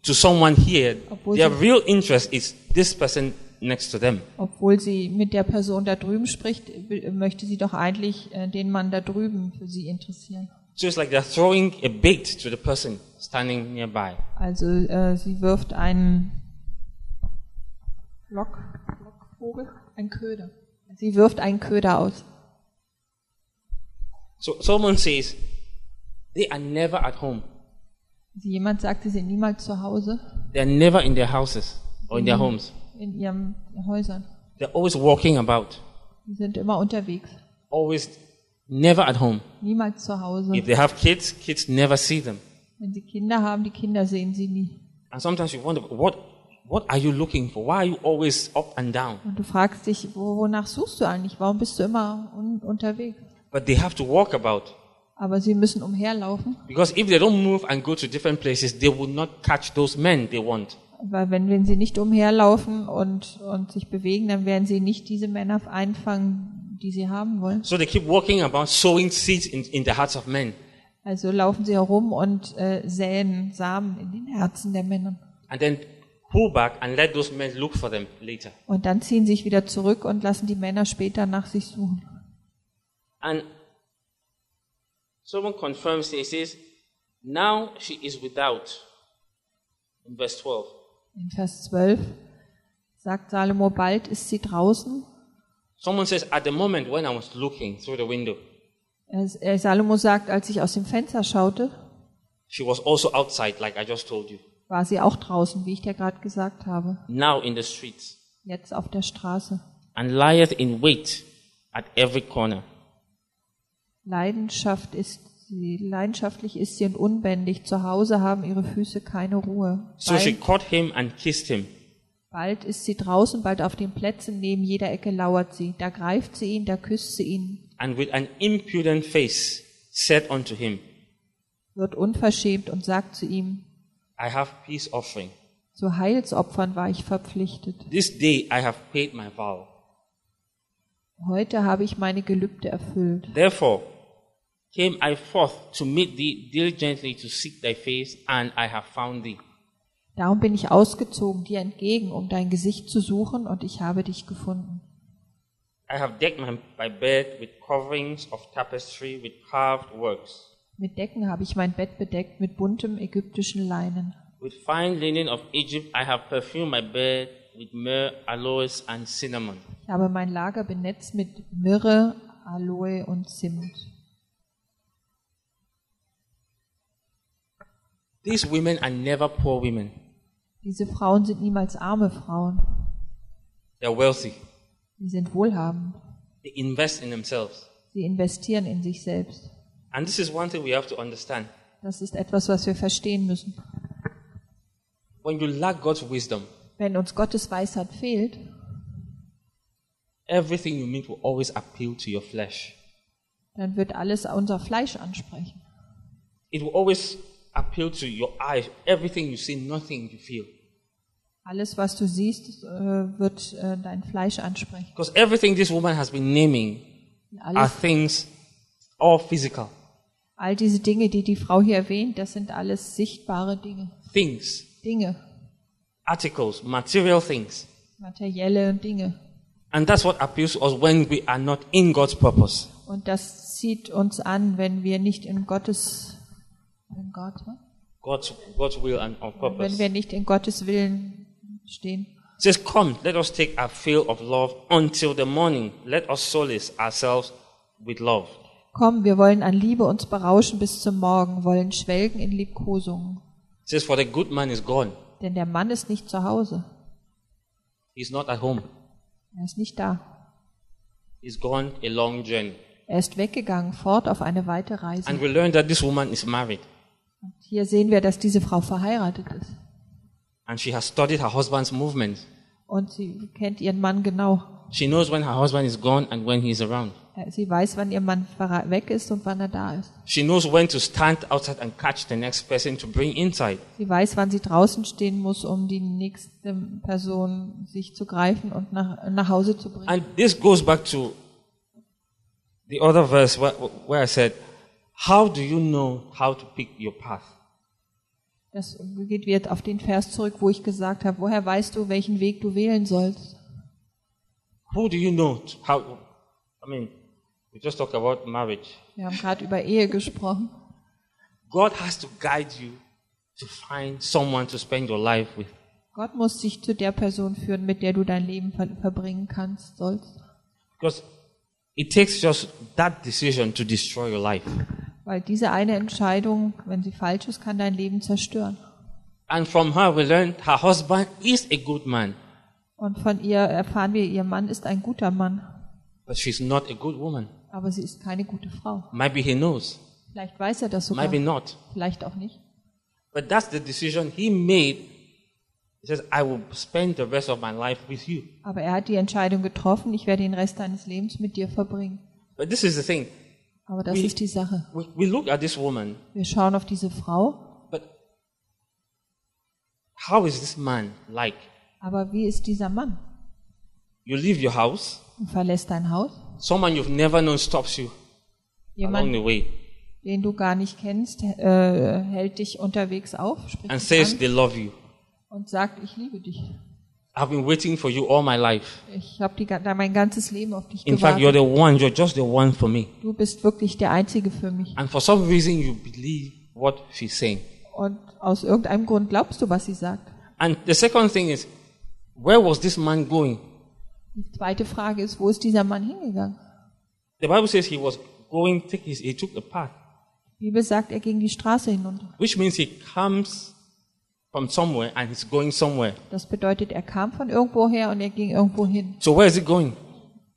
to someone here,
Opposite.
their real interest is this person next to them.
Obwohl sie mit der Person da drüben spricht, will- möchte sie doch eigentlich äh, den Mann da drüben für sie interessieren.
So it's like they're throwing a bait to the person standing nearby.
Also äh, sie wirft einen Lock, Lockvogel, einen Köder. Sie wirft einen Köder aus.
So someone says, they are never at home.
Sie, jemand sagt, sie sind niemals zu Hause
They're never in their houses or in their homes.
in ihren Häusern.
They're always walking about,
Sie sind immer unterwegs,
always never at home.
niemals zu Hause.
If they have kids, kids never see them.
Wenn sie Kinder haben, die Kinder sehen sie nie.
And sometimes you wonder, what, what are you looking for? Why are you always up and down?
Und du fragst dich, wo, wonach suchst du eigentlich? Warum bist du immer un unterwegs?
But they have to walk about.
Aber sie müssen umherlaufen,
Because if they don't move and go to different places, they will not catch those men they want.
weil wenn, wenn sie nicht umherlaufen und, und sich bewegen, dann werden sie nicht diese Männer einfangen, die sie haben wollen.
So they keep walking about, sowing seeds in, in the hearts of men.
Also laufen sie herum und äh, säen Samen in den Herzen der Männer.
And then pull back and let those men look for them later.
Und dann ziehen sich wieder zurück und lassen die Männer später nach sich suchen.
And someone confirms it. He says, Now she is without. In verse 12.
In Vers 12 sagt Salomo, bald ist sie draußen.
Someone says, At the moment when I was looking through the window,
Es- äh, Salomo sagt, als ich aus dem Fenster schaute,
she was also outside, like I just told you.
war sie auch draußen, wie ich dir gerade gesagt habe,
Now in the streets.
jetzt auf der Straße.
And lieth in wait at every corner.
Leidenschaft ist sie, leidenschaftlich ist sie und unbändig. Zu Hause haben ihre Füße keine Ruhe.
So she
Bald,
caught him and kissed him.
bald ist sie draußen, bald auf den Plätzen, neben jeder Ecke lauert sie. Da greift sie ihn, da küsst sie ihn,
and with an impudent face said unto him,
wird unverschämt und sagt zu ihm,
I have peace offering.
zu Heilsopfern war ich verpflichtet.
This day I have paid my vow.
Heute habe ich meine Gelübde erfüllt.
Therefore came I forth to meet thee diligently to seek thy face, and I have found thee.
Darum bin ich ausgezogen dir entgegen, um dein Gesicht zu suchen, und ich habe dich gefunden.
I have decked my, my bed with coverings of tapestry with carved works,
Mit Decken habe ich mein Bett bedeckt mit buntem ägyptischen Leinen.
with fine linen of Egypt. I have perfumed my bed with myrrh, aloes, and cinnamon.
Ich habe mein Lager benetzt mit Myrrhe, Aloe und Zimt.
These women are never poor women;
Diese Frauen sind niemals arme Frauen.
they're wealthy.
Sie sind wohlhabend.
They invest in themselves,
Sie investieren in sich selbst.
and this is one thing we have to understand.
Das ist etwas, was wir verstehen müssen.
When you lack God's wisdom,
Wenn uns Gottes Weisheit fehlt,
everything you meet will always appeal to your flesh.
dann wird alles unser Fleisch ansprechen.
It will always appeal to your eyes. Everything you see, nothing you feel.
Alles, was du siehst, äh, wird äh, dein Fleisch ansprechen.
Because everything this woman has been naming are
Alles,
things all physical.
all diese Dinge, die die Frau hier erwähnt, das sind alles sichtbare Dinge.
Things,
Dinge,
articles, material things.
materielle Dinge.
And that's what appeals to us when we are not in God's purpose.
Und das zieht uns an, wenn wir nicht in Gottes, in Gott, ne?
God's, God's will and on
wenn
purpose.
wir
It
nicht in Gottes Willen stehen.
says, Come, let us take our fill of love until the morning. Let us solace ourselves with love.
Komm, wir wollen an Liebe uns berauschen bis zum Morgen, wollen schwelgen in Liebkosungen.
It says, For the good man is gone.
Denn der Mann ist nicht zu Hause,
He's not at home.
er ist nicht da.
He's gone a long journey.
Er ist weggegangen, fort auf eine weite Reise.
And we learn that this woman is married
Hier sehen wir, dass diese Frau verheiratet ist.
and she has studied her husband's movements.
Und sie kennt ihren Mann genau.
She knows when her husband is gone and when he's around.
Äh, Sie weiß, wann ihr Mann verra- weg ist und wann er da ist.
She knows when to stand outside and catch the next person to bring inside.
Sie weiß, wann sie draußen stehen muss, um die nächste Person sich zu greifen und nach, nach Hause zu bringen.
And this goes back to the other verse where, where I said, How do you know how to pick your path?
Das geht wieder auf den Vers zurück, wo ich gesagt habe, woher weißt du, welchen Weg du wählen sollst?
Who do you know to- how? I mean, we just talked about marriage.
Wir haben gerade über Ehe gesprochen.
God has to guide you to find someone to spend your life with.
Gott muss dich zu der Person führen, mit der du dein Leben ver verbringen kannst, sollst.
Because it takes just that decision to destroy your life.
Weil diese eine Entscheidung, wenn sie falsch ist, kann dein Leben zerstören.
And from her, we learned her husband is a good man,
Und von ihr erfahren wir, ihr Mann ist ein guter Mann,
but she's not a good woman.
aber sie ist keine gute Frau.
Maybe he knows,
Vielleicht weiß er das sogar,
maybe not.
vielleicht auch nicht.
But that's the decision he made. He says, I will spend the rest of my life with you.
Aber er hat die Entscheidung getroffen, ich werde den Rest deines Lebens mit dir verbringen.
But this is the thing.
Aber das
Wie-
ist die Sache.
We, we look at this woman,
Wir schauen auf diese Frau,
but how is this man like?
aber wie ist dieser Mann?
You leave your house,
Du verlässt dein Haus.
someone you've never known stops you along
Jemand,
the way
den du gar nicht kennst, äh, hält dich unterwegs auf, spricht
and
dich
says
an
they love you.
und sagt, ich liebe dich.
I've been waiting for you all my life.
Ich habe mein ganzes Leben auf dich
In fact, you're
gewartet.
the one, you're just the one for me.
Du bist wirklich der Einzige für mich.
And for some reason, you believe what she's saying.
Und aus irgendeinem Grund glaubst du, was sie sagt.
And the second thing is, where was this man going?
Die zweite Frage ist, wo ist dieser Mann hingegangen?
The Bible says he was going, take his, he took the path,
Die Bibel sagt, er ging die Straße hinunter.
which means he comes from somewhere and he's going somewhere.
Das bedeutet, er kam von irgendwo her und er ging irgendwo hin.
So where is he going?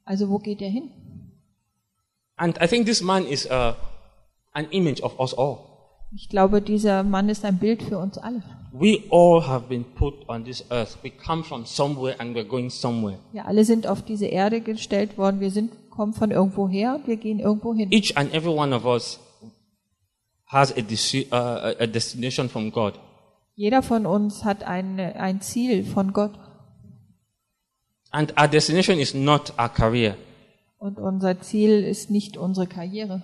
Also wo geht er hin?
And I think this man is uh, an image of us all.
Ich glaube, dieser Mann ist ein Bild für uns alle.
We all have been put on this earth. We come from somewhere and we're going somewhere.
Wir alle sind auf diese Erde gestellt worden. Wir sind, kommen von irgendwo her und wir gehen irgendwo hin.
Each and every one of us has a, desi- uh, a destination from God.
Jeder von uns hat ein, ein Ziel von Gott.
And our destination is not our career.
Und unser Ziel ist nicht unsere Karriere.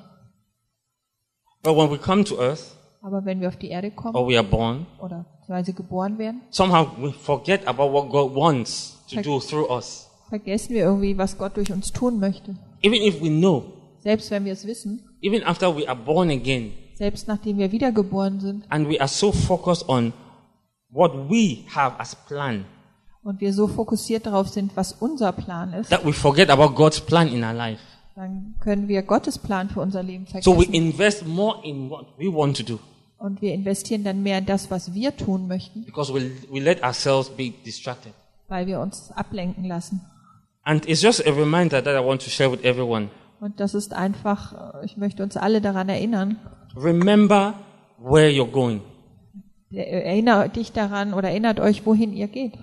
But when we come to earth
Aber wenn wir auf die Erde kommen
or we are born,
oder beziehungsweise geboren werden,
somehow we forget about what God wants to
Like-
do through us.
vergessen wir irgendwie, was Gott durch uns tun möchte.
Even if we know,
Selbst wenn wir es wissen,
even after we are born again,
selbst nachdem wir wiedergeboren sind
and we are so focused on what we have as plan
und wir so fokussiert darauf sind, was unser Plan ist,
that we forget about God's plan in our life.
dann können wir Gottes Plan für unser Leben
So we
vergessen.
invest more in what we want to do
Und wir investieren dann mehr in das, was wir tun möchten,
because we, we let ourselves be distracted.
weil wir uns ablenken lassen.
And it's just a reminder that I want to share with everyone.
Und das ist einfach, äh, ich möchte uns alle daran erinnern.
Remember where you're going.
Er- Erinnere äh, dich daran oder erinnert euch, wohin ihr geht.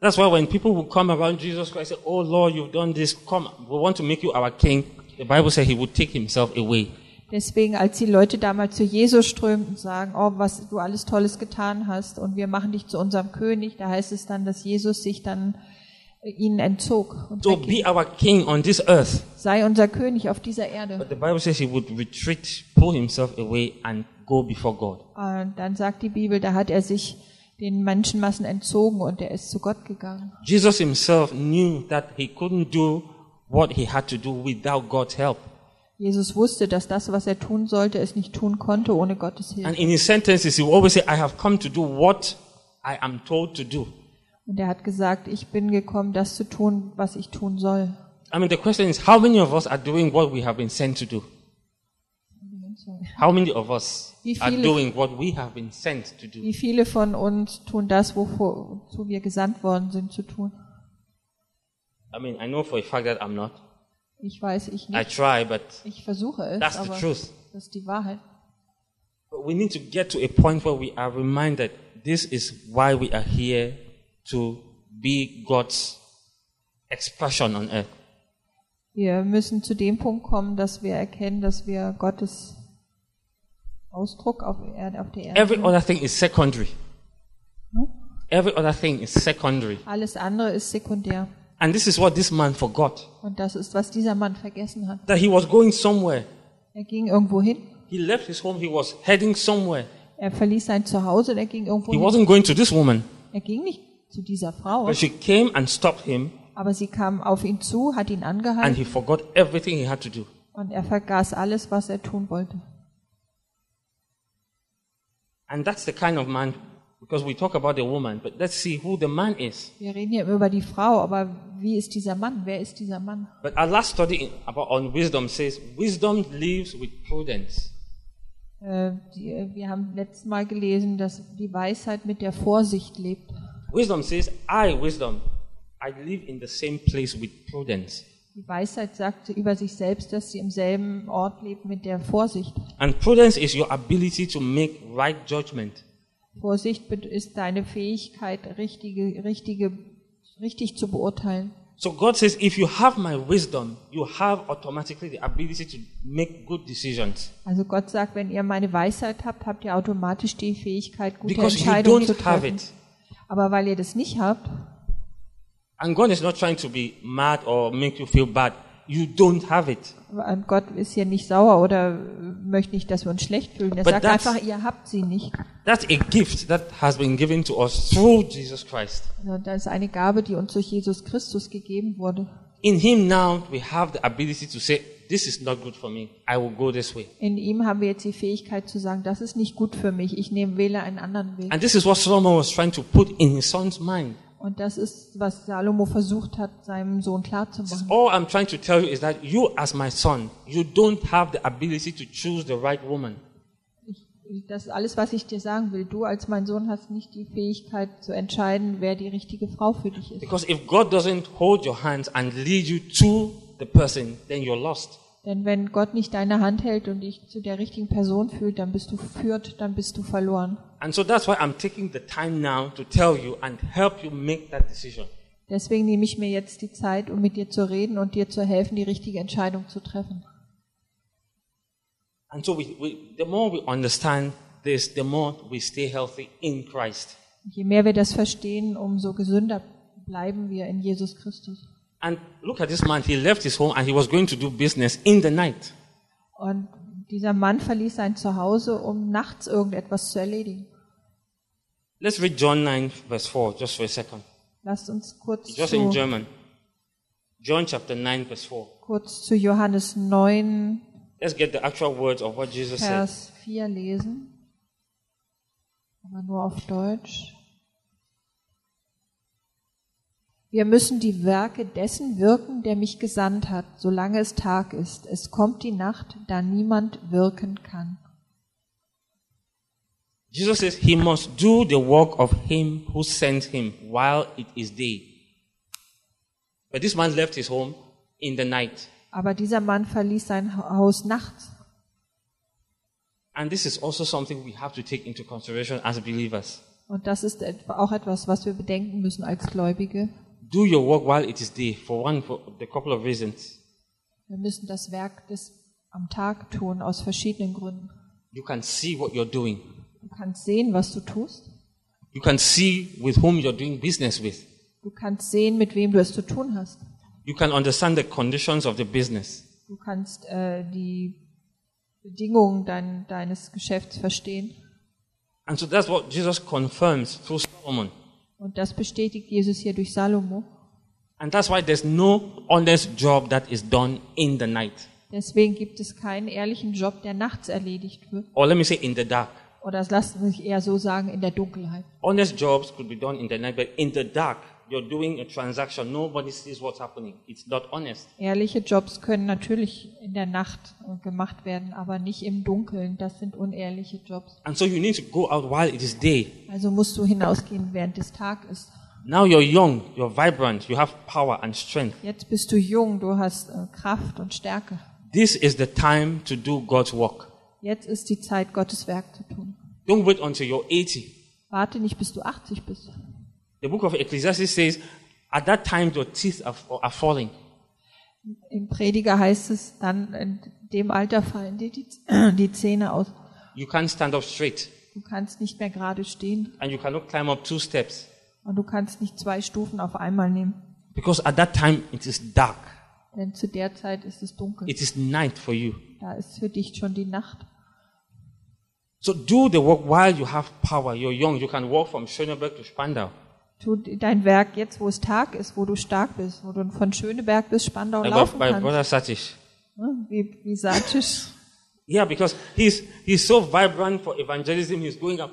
That's why when people will come around Jesus Christ, say, Oh Lord, you've done this. Come, we want to make you our king. The Bible says he would take himself away.
Deswegen, als die Leute damals zu Jesus strömten, sagen, oh, was du alles Tolles getan hast und wir machen dich zu unserem König, da heißt es dann, dass Jesus sich dann äh, ihnen entzog. Und
So
wegging.
be our king on this earth.
sei unser König auf dieser Erde.
But the Bible says he would retreat, pull himself away, and go before God.
Und dann sagt die Bibel, da hat er sich den Menschenmassen entzogen und er ist zu Gott gegangen.
Jesus himself knew that he couldn't do what he had to do without God's help.
Jesus wusste, dass das, was er tun sollte, es nicht tun konnte ohne Gottes Hilfe.
And in his sentences, he will always say, I have come to do what I am told to do.
Und er hat gesagt, ich bin gekommen, das zu tun, was ich tun soll.
I mean, the question is, how many of us are doing what we have been sent to do? How many of us
Wie
are
viele-
doing what we have been sent to do?
Wie viele von uns tun das, wofür- wozu wir gesandt worden sind zu tun?
I mean, I know for a fact that I'm not.
Ich weiß, ich
I
nicht.
try, but
Ich versuche es,
that's the
aber
truth.
das ist die Wahrheit.
But we need to get to a point where we are reminded this is why we are here to be God's expression on earth.
Wir müssen zu dem Punkt kommen, dass wir erkennen, dass wir Gottes Ausdruck auf, Erde, auf der Erde
Every
sind.
other thing is secondary.
Hm?
Every other thing is secondary.
Alles andere ist sekundär.
And this is what this man forgot
Und das ist, was dieser Mann vergessen hat.
that he was going somewhere.
Er ging irgendwo hin.
He left his home, he was heading somewhere.
Er verließ sein Zuhause und er ging irgendwo
He
hin.
wasn't going to this woman.
Er ging nicht zu dieser Frau,
But she came and stopped him,
aber sie kam auf ihn zu, hat ihn
and
angehalten
he forgot everything he had to do.
und er vergaß alles, was er tun wollte.
And that's the kind of man, because we talk about the woman, but let's see who the man is.
Wir reden hier immer über die Frau, aber wie ist dieser Mann? Wer ist dieser Mann?
But our last study in, about, on wisdom says wisdom lives with prudence.
Äh, die, äh, wir haben letztes Mal gelesen, dass die Weisheit mit der Vorsicht lebt.
Wisdom says, I, wisdom, I live in the same place with prudence.
Die Weisheit sagt über sich selbst, dass sie im selben Ort lebt mit der Vorsicht.
And prudence is your ability to make right judgment.
Vorsicht bet- ist deine Fähigkeit, richtige, richtige, richtig zu beurteilen.
So God says, if you have my wisdom, you have automatically the ability to make good decisions.
Also Gott sagt, wenn ihr meine Weisheit habt, habt ihr automatisch die Fähigkeit, gute
Because you
Entscheidungen zu
don't have
treffen.
it.
Aber weil ihr das nicht habt,
And God is not trying to be mad or make you feel bad. You don't have it.
und Gott ist hier nicht sauer oder möchte nicht, dass wir uns schlecht fühlen. Er
But
sagt
that's-
einfach, ihr habt sie nicht.
That's a gift that has been given to us through Jesus Christ.
Und das Also ist eine Gabe, die uns durch Jesus Christus gegeben wurde.
In Him now, we have the ability to say, This is not good for me. I will go this way.
In ihm haben wir jetzt die Fähigkeit zu sagen, das ist nicht gut für mich, ich nehme, wähle einen anderen Weg.
And this is what Solomon was trying to put in his son's mind.
Und das ist, was Salomo versucht hat, seinem Sohn klarzumachen.
All I'm trying to tell you is that you, as my son, you don't have the ability to choose the right woman.
Ich, das ist alles, was ich dir sagen will. Du als mein Sohn hast nicht die Fähigkeit zu entscheiden, wer die richtige Frau für dich ist.
Because if God doesn't hold your hands and lead you to the person, then you're lost.
Denn wenn Gott nicht deine Hand hält und dich zu der richtigen Person fühlt, dann bist du führt, dann bist du verloren.
And so that's why I'm taking the time now to tell you and help you make that decision.
Deswegen nehme ich mir jetzt die Zeit, um mit dir zu reden und dir zu helfen, die richtige Entscheidung zu treffen.
And so we, we, the more we understand this, the more we stay healthy in Christ.
Je mehr wir das verstehen, umso gesünder bleiben wir in Jesus Christus.
And look at this man. He left his home and he was going to do business in the night.
Und dieser Mann verließ sein Zuhause, um nachts irgendetwas zu erledigen.
Let's read John 9, verse 4, just for a second.
Lasst uns kurz
Just in
zu,
German. John chapter 9, verse 4.
kurz zu Johannes 9,
Let's get the actual words of what Jesus said.
Vers 4 lesen. Aber nur auf Deutsch. Wir müssen die Werke dessen wirken, der mich gesandt hat, solange es Tag ist. Es kommt die Nacht, da niemand wirken kann.
Jesus says, He must do the work of him who sent him while it is day. But this man left his home in the night.
Aber dieser Mann verließ sein Ha- Haus nachts.
And this is also something we have to take into consideration as believers.
Und das ist et- auch etwas, was wir bedenken müssen als Gläubige.
Do your work while it is day, for one, for the couple of reasons.
Wir müssen das Werk des am Tag tun, aus verschiedenen Gründen.
You can see what you're doing.
Du kannst sehen, was du tust.
You can see with whom you're doing business with.
Du kannst sehen, mit wem du es zu tun hast.
You can understand the conditions of the business.
Du kannst äh, die Bedingungen dein, deines Geschäfts verstehen.
And so that's what Jesus confirms through Solomon.
Und das bestätigt Jesus hier durch Salomo.
And that's why there's no honest job that is done in the night.
Deswegen gibt es keinen ehrlichen Job, der nachts erledigt wird.
or let me say in the dark.
Oder das lassen sich eher so sagen, in der Dunkelheit.
Honest jobs could be done in the night, but in the dark, you're doing a transaction. Nobody sees what's happening. It's not honest.
Ehrliche Jobs können natürlich in der Nacht äh, gemacht werden, aber nicht im Dunkeln. Das sind unehrliche Jobs.
And so you need to go out while it is day.
Also musst du hinausgehen, während des Tag ist.
Now you're young, you're vibrant, you have power and strength.
Jetzt bist du jung, du hast äh, Kraft und Stärke.
This is the time to do God's work.
Jetzt ist die Zeit, Gottes Werk zu tun.
Don't wait until you're 80.
Warte nicht, bis du 80 bist.
The book of Ecclesiastes says, at that time your teeth are, are falling.
Im Prediger heißt es, dann in dem Alter fallen dir die, die Zähne aus.
You can't stand up straight
Du kannst nicht mehr gerade stehen
and you cannot climb up two steps
und du kannst nicht zwei Stufen auf einmal nehmen,
because at that time it is dark.
denn zu der Zeit ist es dunkel.
It is night for you.
Da ist für dich schon die Nacht.
So do the work while you have power. You're young. You can walk from Schöneberg to Spandau.
Tu dein Werk jetzt, wo es Tag ist, wo du stark bist, wo du von Schöneberg bis Spandau
Like
laufen
my, my brother
kannst.
Satish.
Ne? Wie, wie Satish.
Yeah, because he's, he's so vibrant for evangelism. He's going up.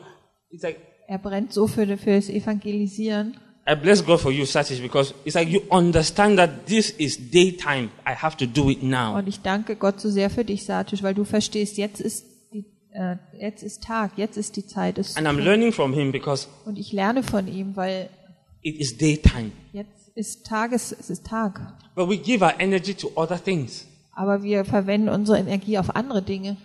It's like,
Er brennt so für, für das Evangelisieren.
I bless God for you, Satish, because it's like you understand that this is daytime. I have to do it now.
Und ich danke Gott so sehr für dich, Satish, weil du verstehst, jetzt ist, die, äh, jetzt ist Tag, jetzt ist die Zeit. Es,
And I'm learning from him because
und ich lerne von ihm, weil
it is daytime.
jetzt ist Tages, es ist Tag.
But we give our energy to other things.
Aber wir verwenden unsere Energie auf andere Dinge.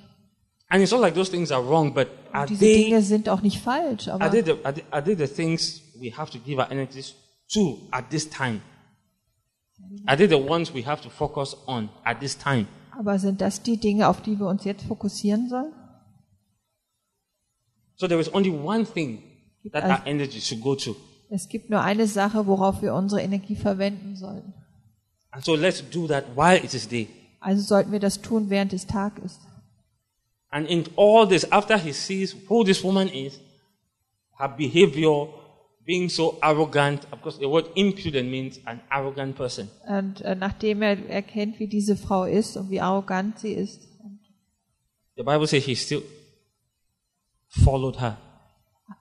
And it's not like those things are wrong, but are
Und diese
they,
Dinge sind auch nicht falsch,
are,
aber
they the, are, they, are they the things we have to give our energies to at this time? Are they the ones we have to focus on at this time?
Aber sind das die Dinge, auf die wir uns jetzt fokussieren sollen?
So there is only one thing that our energy should go to.
Es gibt nur eine Sache, worauf wir unsere Energie verwenden sollten.
And so let's do that while it is day.
Also sollten wir das tun, während es Tag ist.
And in all this, after he sees who this woman is, her behavior being so arrogant, of course, the word impudent means an arrogant person.
Und äh, nachdem er erkennt, wie diese Frau ist und wie arrogant sie ist,
The Bible says he still followed her.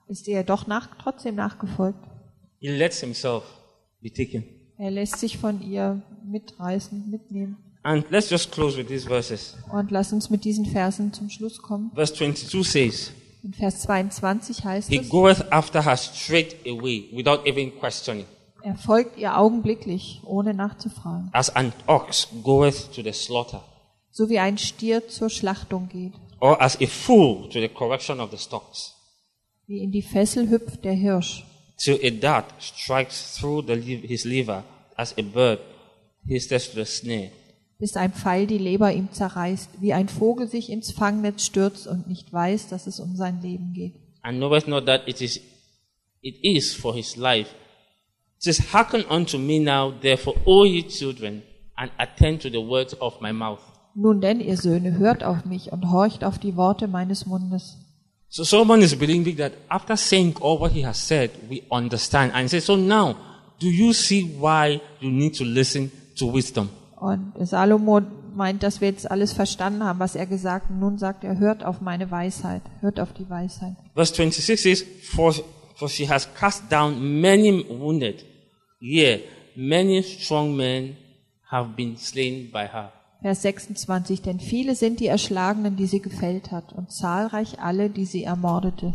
ist er doch nach, trotzdem nachgefolgt.
He lets himself be taken.
Er lässt sich von ihr mitreißen, mitnehmen.
And let's just close with these verses.
Und lass uns mit diesen Versen zum Schluss kommen.
Verse 22 says,
In Vers 22 heißt
He
es,
goeth after her straight away without even questioning,
er folgt ihr augenblicklich, ohne nachzufragen.
as an ox goeth to the slaughter,
So wie ein Stier zur Schlachtung geht.
or as a fool to the correction of the stocks,
Wie in die Fessel hüpft der Hirsch,
till a dart strikes through the, liv- his liver, as a bird hasteth to the snare.
bis ein Pfeil die Leber ihm zerreißt, wie ein Vogel sich ins Fangnetz stürzt und nicht weiß, dass es um sein Leben geht.
and knoweth not that it is it is for his life. It says, Hearken unto me now, therefore, O ye children, and attend to the words of my mouth.
Nun denn, ihr Söhne, hört auf mich und horcht auf die Worte meines Mundes.
So Solomon is believing that after saying all what he has said, we understand. And he says, So now, do you see why you need to listen to wisdom?
Und Salomo meint, dass wir jetzt alles verstanden haben, was er gesagt hat. Nun sagt er, hört auf meine Weisheit, hört auf die Weisheit.
Verse 26 says, For, for she has cast down many wounded, yea, many strong men have been slain by her.
Vers 26, denn viele sind die Erschlagenen, die sie gefällt hat, und zahlreich alle, die sie ermordete.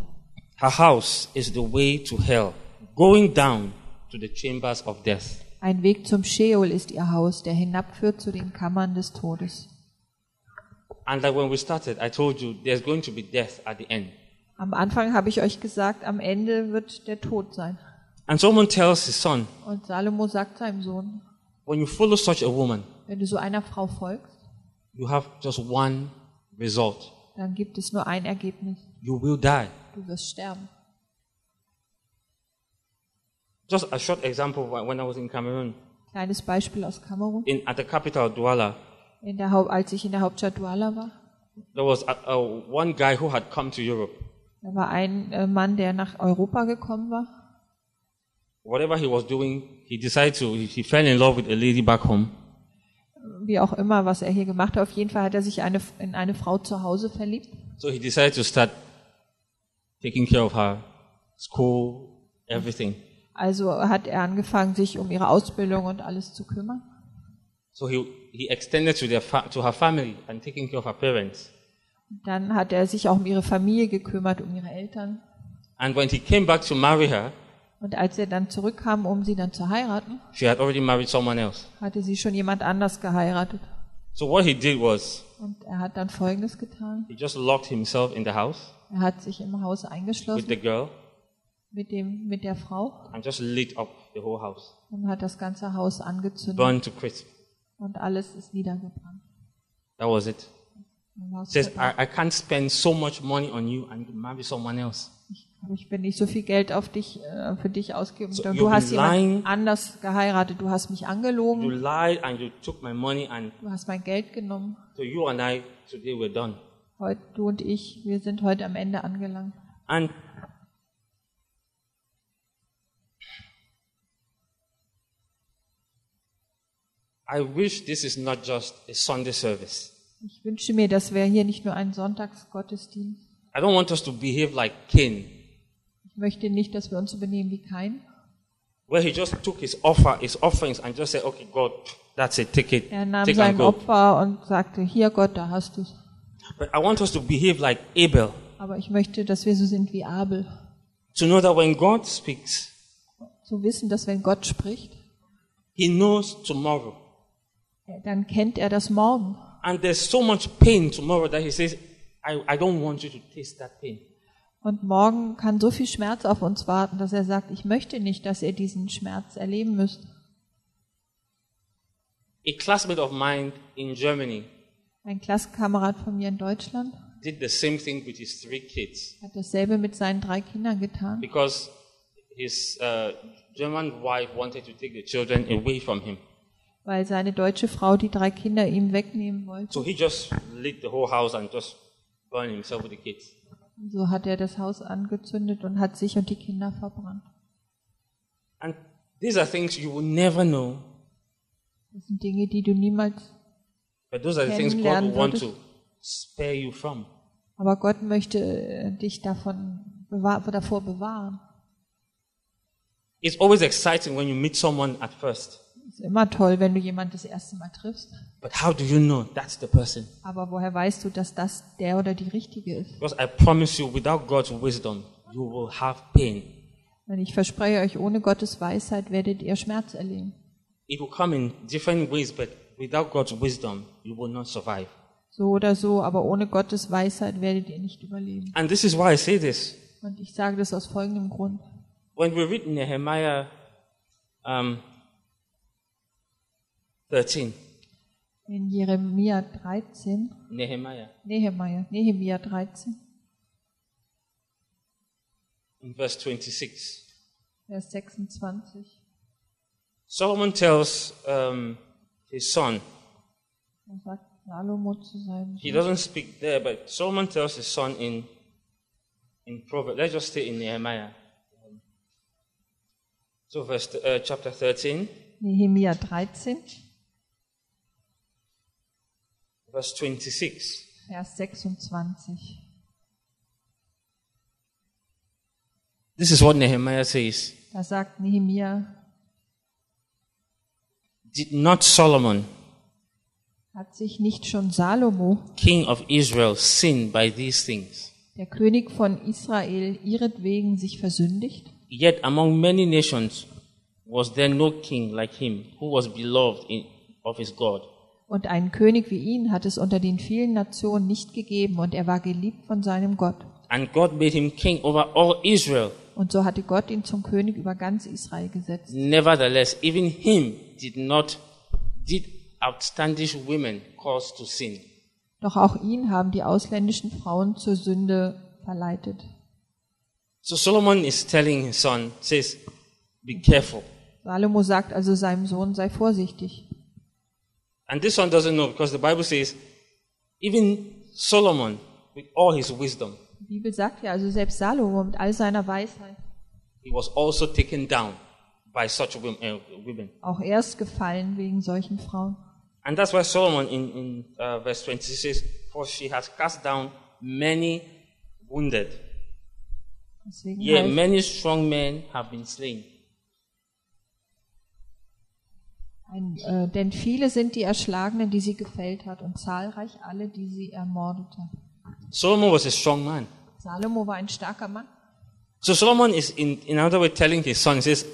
Her house is the way to hell, going down to the chambers of death.
Ein Weg zum Scheol ist ihr Haus, der hinabführt zu den Kammern des Todes.
And like when we started, I told you there's going to be death at the end.
Am Anfang habe ich euch gesagt, am Ende wird der Tod sein.
And someone tells his son,
Und Salomo sagt seinem Sohn,
when you follow such a woman,
wenn du so einer Frau folgst,
you have just one result.
dann gibt es nur ein Ergebnis,
You will die.
du wirst sterben.
Just a short example wh- when I was in Cameroon,
Kleines Beispiel aus Kamerun.
in, at the capital, Douala,
In der Haupt, als ich in der Hauptstadt Douala war,
there was a, a, one guy who had come to Europe.
da war ein äh, Mann, der nach Europa gekommen war.
Whatever he was doing, he decided to, he, he fell in love with a lady back home.
wie auch immer, was er hier gemacht hat. Auf jeden Fall hat er sich eine, in eine Frau zu Hause verliebt.
So he decided to start taking care of her, school, everything.
Also hat er angefangen, sich um ihre Ausbildung und alles zu kümmern.
So he, he extended to, their fa- to her family and taking care of her parents.
Dann hat er sich auch um ihre Familie gekümmert, um ihre Eltern.
And when he came back to marry her,
Und als er dann zurückkam, um sie dann zu heiraten,
she had already married someone else.
hatte sie schon jemand anders geheiratet.
So what he did was
Und er hat dann Folgendes getan.
he just locked himself in the house
Er hat sich im Haus
with
eingeschlossen
the girl
mit, dem, mit der Frau
and just lit up the whole house,
und hat das ganze Haus angezündet
burned to crisp.
und alles ist niedergebrannt.
That was it.
Dann war's
Says
vorbei.
I, I can't spend so much money on you and marry someone else.
Ich will nicht so viel Geld auf dich, äh, für dich ausgeben.
So, you've
du hast
been lying.
jemand anders geheiratet. Du hast mich
You
angelogen.
lied and you took my money, and
Du hast mein Geld genommen.
so you and I today we're done.
Heute, du und ich, wir sind heute am Ende angelangt.
And I wish this is not just a Sunday service.
Ich wünsche mir, dass wir hier nicht nur einen Sonntagsgottesdienst.
I don't want us to behave like Cain,
Ich möchte nicht, dass wir uns so benehmen wie kein.
where he just took his offer, his offerings, and just said, "Okay, God, that's it. Take it.
Er nahm
Take and
sein
go."
Opfer und sagte, hier Gott, da hast du's.
But I want us to behave like Abel,
Aber ich möchte, dass wir so sind wie Abel.
to know that when God speaks,
Zu wissen, dass wenn Gott spricht,
He knows tomorrow.
äh, dann kennt er das Morgen.
And there's so much pain tomorrow that he says, I, I don't want you to taste that pain.
Und morgen kann so viel Schmerz auf uns warten, dass er sagt, ich möchte nicht, dass ihr diesen Schmerz erleben müsst.
A classmate of mine in Germany
Ein Klassenkamerad von mir in Deutschland
did the same thing with his three kids
hat dasselbe mit seinen drei Kindern getan,
because his uh, German wife wanted to take the children away from him.
weil seine deutsche Frau die drei Kinder ihm wegnehmen wollte.
So he just lit the whole house and just burned himself with the kids.
Und So hat er das Haus angezündet und hat sich und die Kinder verbrannt.
And these are things you will never know,
Das sind Dinge, die du niemals,
but those are the things God will
Kennenlernen
want
würdest.
to spare you from.
aber Gott möchte äh, dich davon bewahr, davor bewahren.
It's always exciting when you meet someone at first,
Ist immer toll, wenn du jemand das erste Mal triffst.
but how do you know that's the person?
Aber woher weißt du, dass das der oder die richtige ist?
Because I promise you, without God's wisdom, you will have pain.
Denn ich verspreche euch, ohne Gottes Weisheit werdet ihr Schmerz erleben.
It will come in different ways, but without God's wisdom, you will not survive.
So oder so, aber ohne Gottes Weisheit werdet ihr nicht überleben.
And this is why I say this.
Und ich sage das aus folgendem Grund.
When we read Nehemiah um, 13,
In Jeremia 13,
Nehemiah,
Nehemiah, Nehemia 13,
in verse 26,
Vers 26,
Solomon tells um, his son,
da sagt Salomo zu seinem
he
Sohn,
doesn't speak there, but Solomon tells his son in, in Proverbs, let's just stay in Nehemiah. Um, So, verse, uh, chapter 13.
Nehemia 13,
verse 26.
Vers 26.
This is what Nehemiah says.
Da sagt Nehemia,
Did not Solomon,
hat sich nicht schon Salomo,
king of Israel, sin by these things?
der König von Israel, ihretwegen sich versündigt?
Yet among many nations was there no king like him who was beloved in, of his God.
Und einen König wie ihn hat es unter den vielen Nationen nicht gegeben, und er war geliebt von seinem Gott.
And God made him king over all Israel.
Und so hatte Gott ihn zum König über ganz Israel gesetzt.
Nevertheless, even him did not, did outstandish women cause to sin.
Doch auch ihn haben die ausländischen Frauen zur Sünde verleitet.
So Solomon is telling his son, says, be careful.
Salomo sagt also seinem Sohn, sei vorsichtig.
And this one doesn't know because the Bible says, even Solomon, with all his wisdom,
Die Bibel sagt ja also selbst Salomo mit all seiner Weisheit.
he was also taken down by such wom- uh, women.
Auch er ist gefallen wegen solchen Frauen.
And that's why Solomon in, in uh, verse 26 says, For she has cast down many wounded.
Deswegen
Yea,
heißt-
many strong men have been slain.
Ein, äh, denn viele sind die Erschlagenen, die sie gefällt hat, und zahlreich alle, die sie ermordete.
Solomon was a strong man.
Salomo war ein starker Mann.
So Solomon is, in, in another way, telling his son, he says,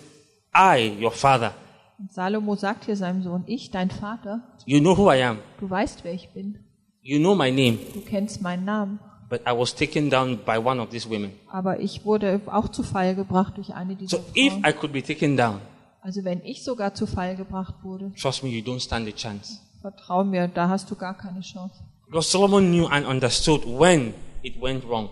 I, your father,
Und Salomo sagt hier seinem Sohn, ich, dein Vater,
you know who I am.
du weißt, wer ich bin.
You know my name.
Du kennst meinen Namen.
But I was taken down by one of these women.
Aber ich wurde auch zu Fall gebracht durch eine dieser
So if
Frauen.
I could be taken down,
Also wenn ich sogar zu Fall gebracht wurde,
trust me, you don't stand a chance.
vertrau mir, da hast du gar keine Chance.
Because Solomon knew and understood when it went wrong.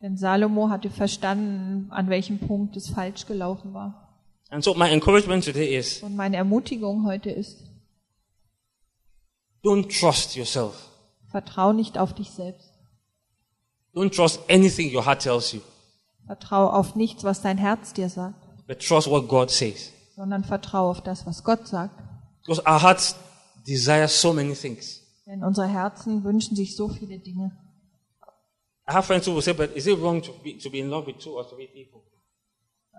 Denn Salomo hatte verstanden, an welchem Punkt es falsch gelaufen war.
And so my encouragement today is
Und meine Ermutigung heute ist,
don't trust yourself.
vertrau nicht auf dich selbst.
Don't trust anything your heart tells you,
Vertrau auf nichts, was dein Herz dir sagt,
but trust what God says.
sondern vertrau auf das, was Gott sagt.
Because our hearts desire so many things.
Denn unsere Herzen wünschen sich so viele Dinge.
I have friends who will say, but is it wrong to be, to be in love with two or three people?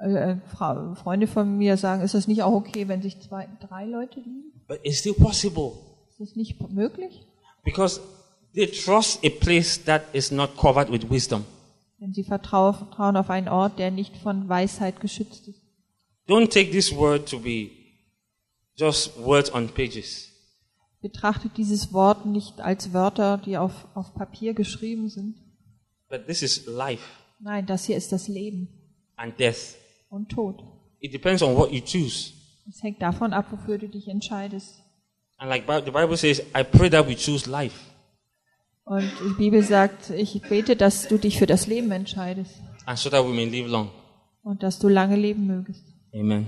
Äh, äh, Fra- Freunde von mir sagen, ist es nicht auch okay, wenn sich zwei, drei Leute lieben?
But it's still possible
Ist das nicht möglich?
because they trust a place that is not covered with wisdom.
Denn sie vertrau- vertrauen auf einen Ort, der nicht von Weisheit geschützt ist.
Don't take this word to be just words on pages.
Betrachtet dieses Wort nicht als Wörter, die auf, auf Papier geschrieben sind.
But this is life
Nein, das hier ist das Leben
and death.
und Tod.
It depends on what you choose.
Es hängt davon ab, wofür du dich entscheidest.
And like Bi- the Bible says, I pray that we choose life.
Und die Bibel sagt, ich bete, dass du dich für das Leben entscheidest
and so that we may live long.
und dass du lange leben mögest.
Amen.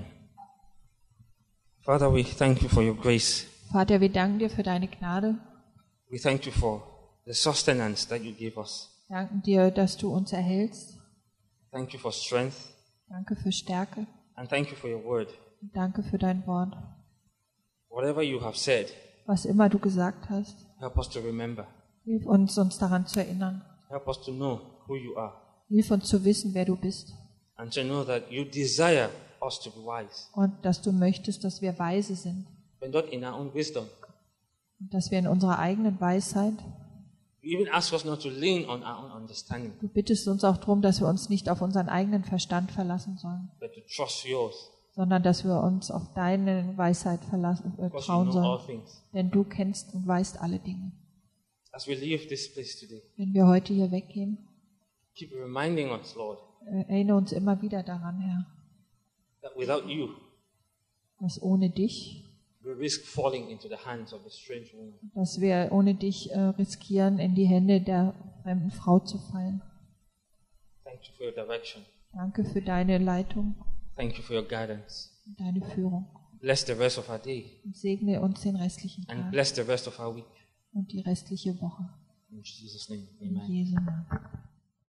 Father, we thank you for your grace.
Vater, wir danken dir für deine Gnade,
We thank you for the sustenance that you gave us.
danken dir, dass du uns erhältst.
Thank you for strength
Danke für Stärke,
and thank you for your word.
und danke für dein Wort.
Whatever you have said,
Was immer du gesagt hast,
help us to remember.
hilf uns, uns daran zu erinnern.
Help us to know who you are
Hilf uns zu wissen, wer du bist
and to know that you desire us to be wise,
und dass du möchtest, dass wir weise sind
but not in our own wisdom.
und dass wir in unserer eigenen Weisheit,
You even ask us not to lean on our own understanding,
du bittest uns auch darum, dass wir uns nicht auf unseren eigenen Verstand verlassen sollen,
but to trust yours
sondern dass wir uns auf deine Weisheit verlassen, äh,
because you
trauen
know all
sollen.
things.
Denn du kennst und weißt alle Dinge.
As we leave this place today,
Wenn wir heute hier weggehen,
keep reminding us, Lord,
Äh, Erinnere uns immer wieder daran, Herr,
that without you,
dass ohne dich,
we risk falling into the hands of a strange woman.
dass wir ohne dich äh, riskieren, in die Hände der fremden Frau zu fallen.
Thank you for your direction.
Danke für deine Leitung
Thank you for your guidance.
und deine Führung.
Bless the rest of our day
Und segne uns den restlichen
and
Tag
bless the rest of our week.
und die restliche Woche.
In Jesus' name,
In
amen.
Jesu Namen.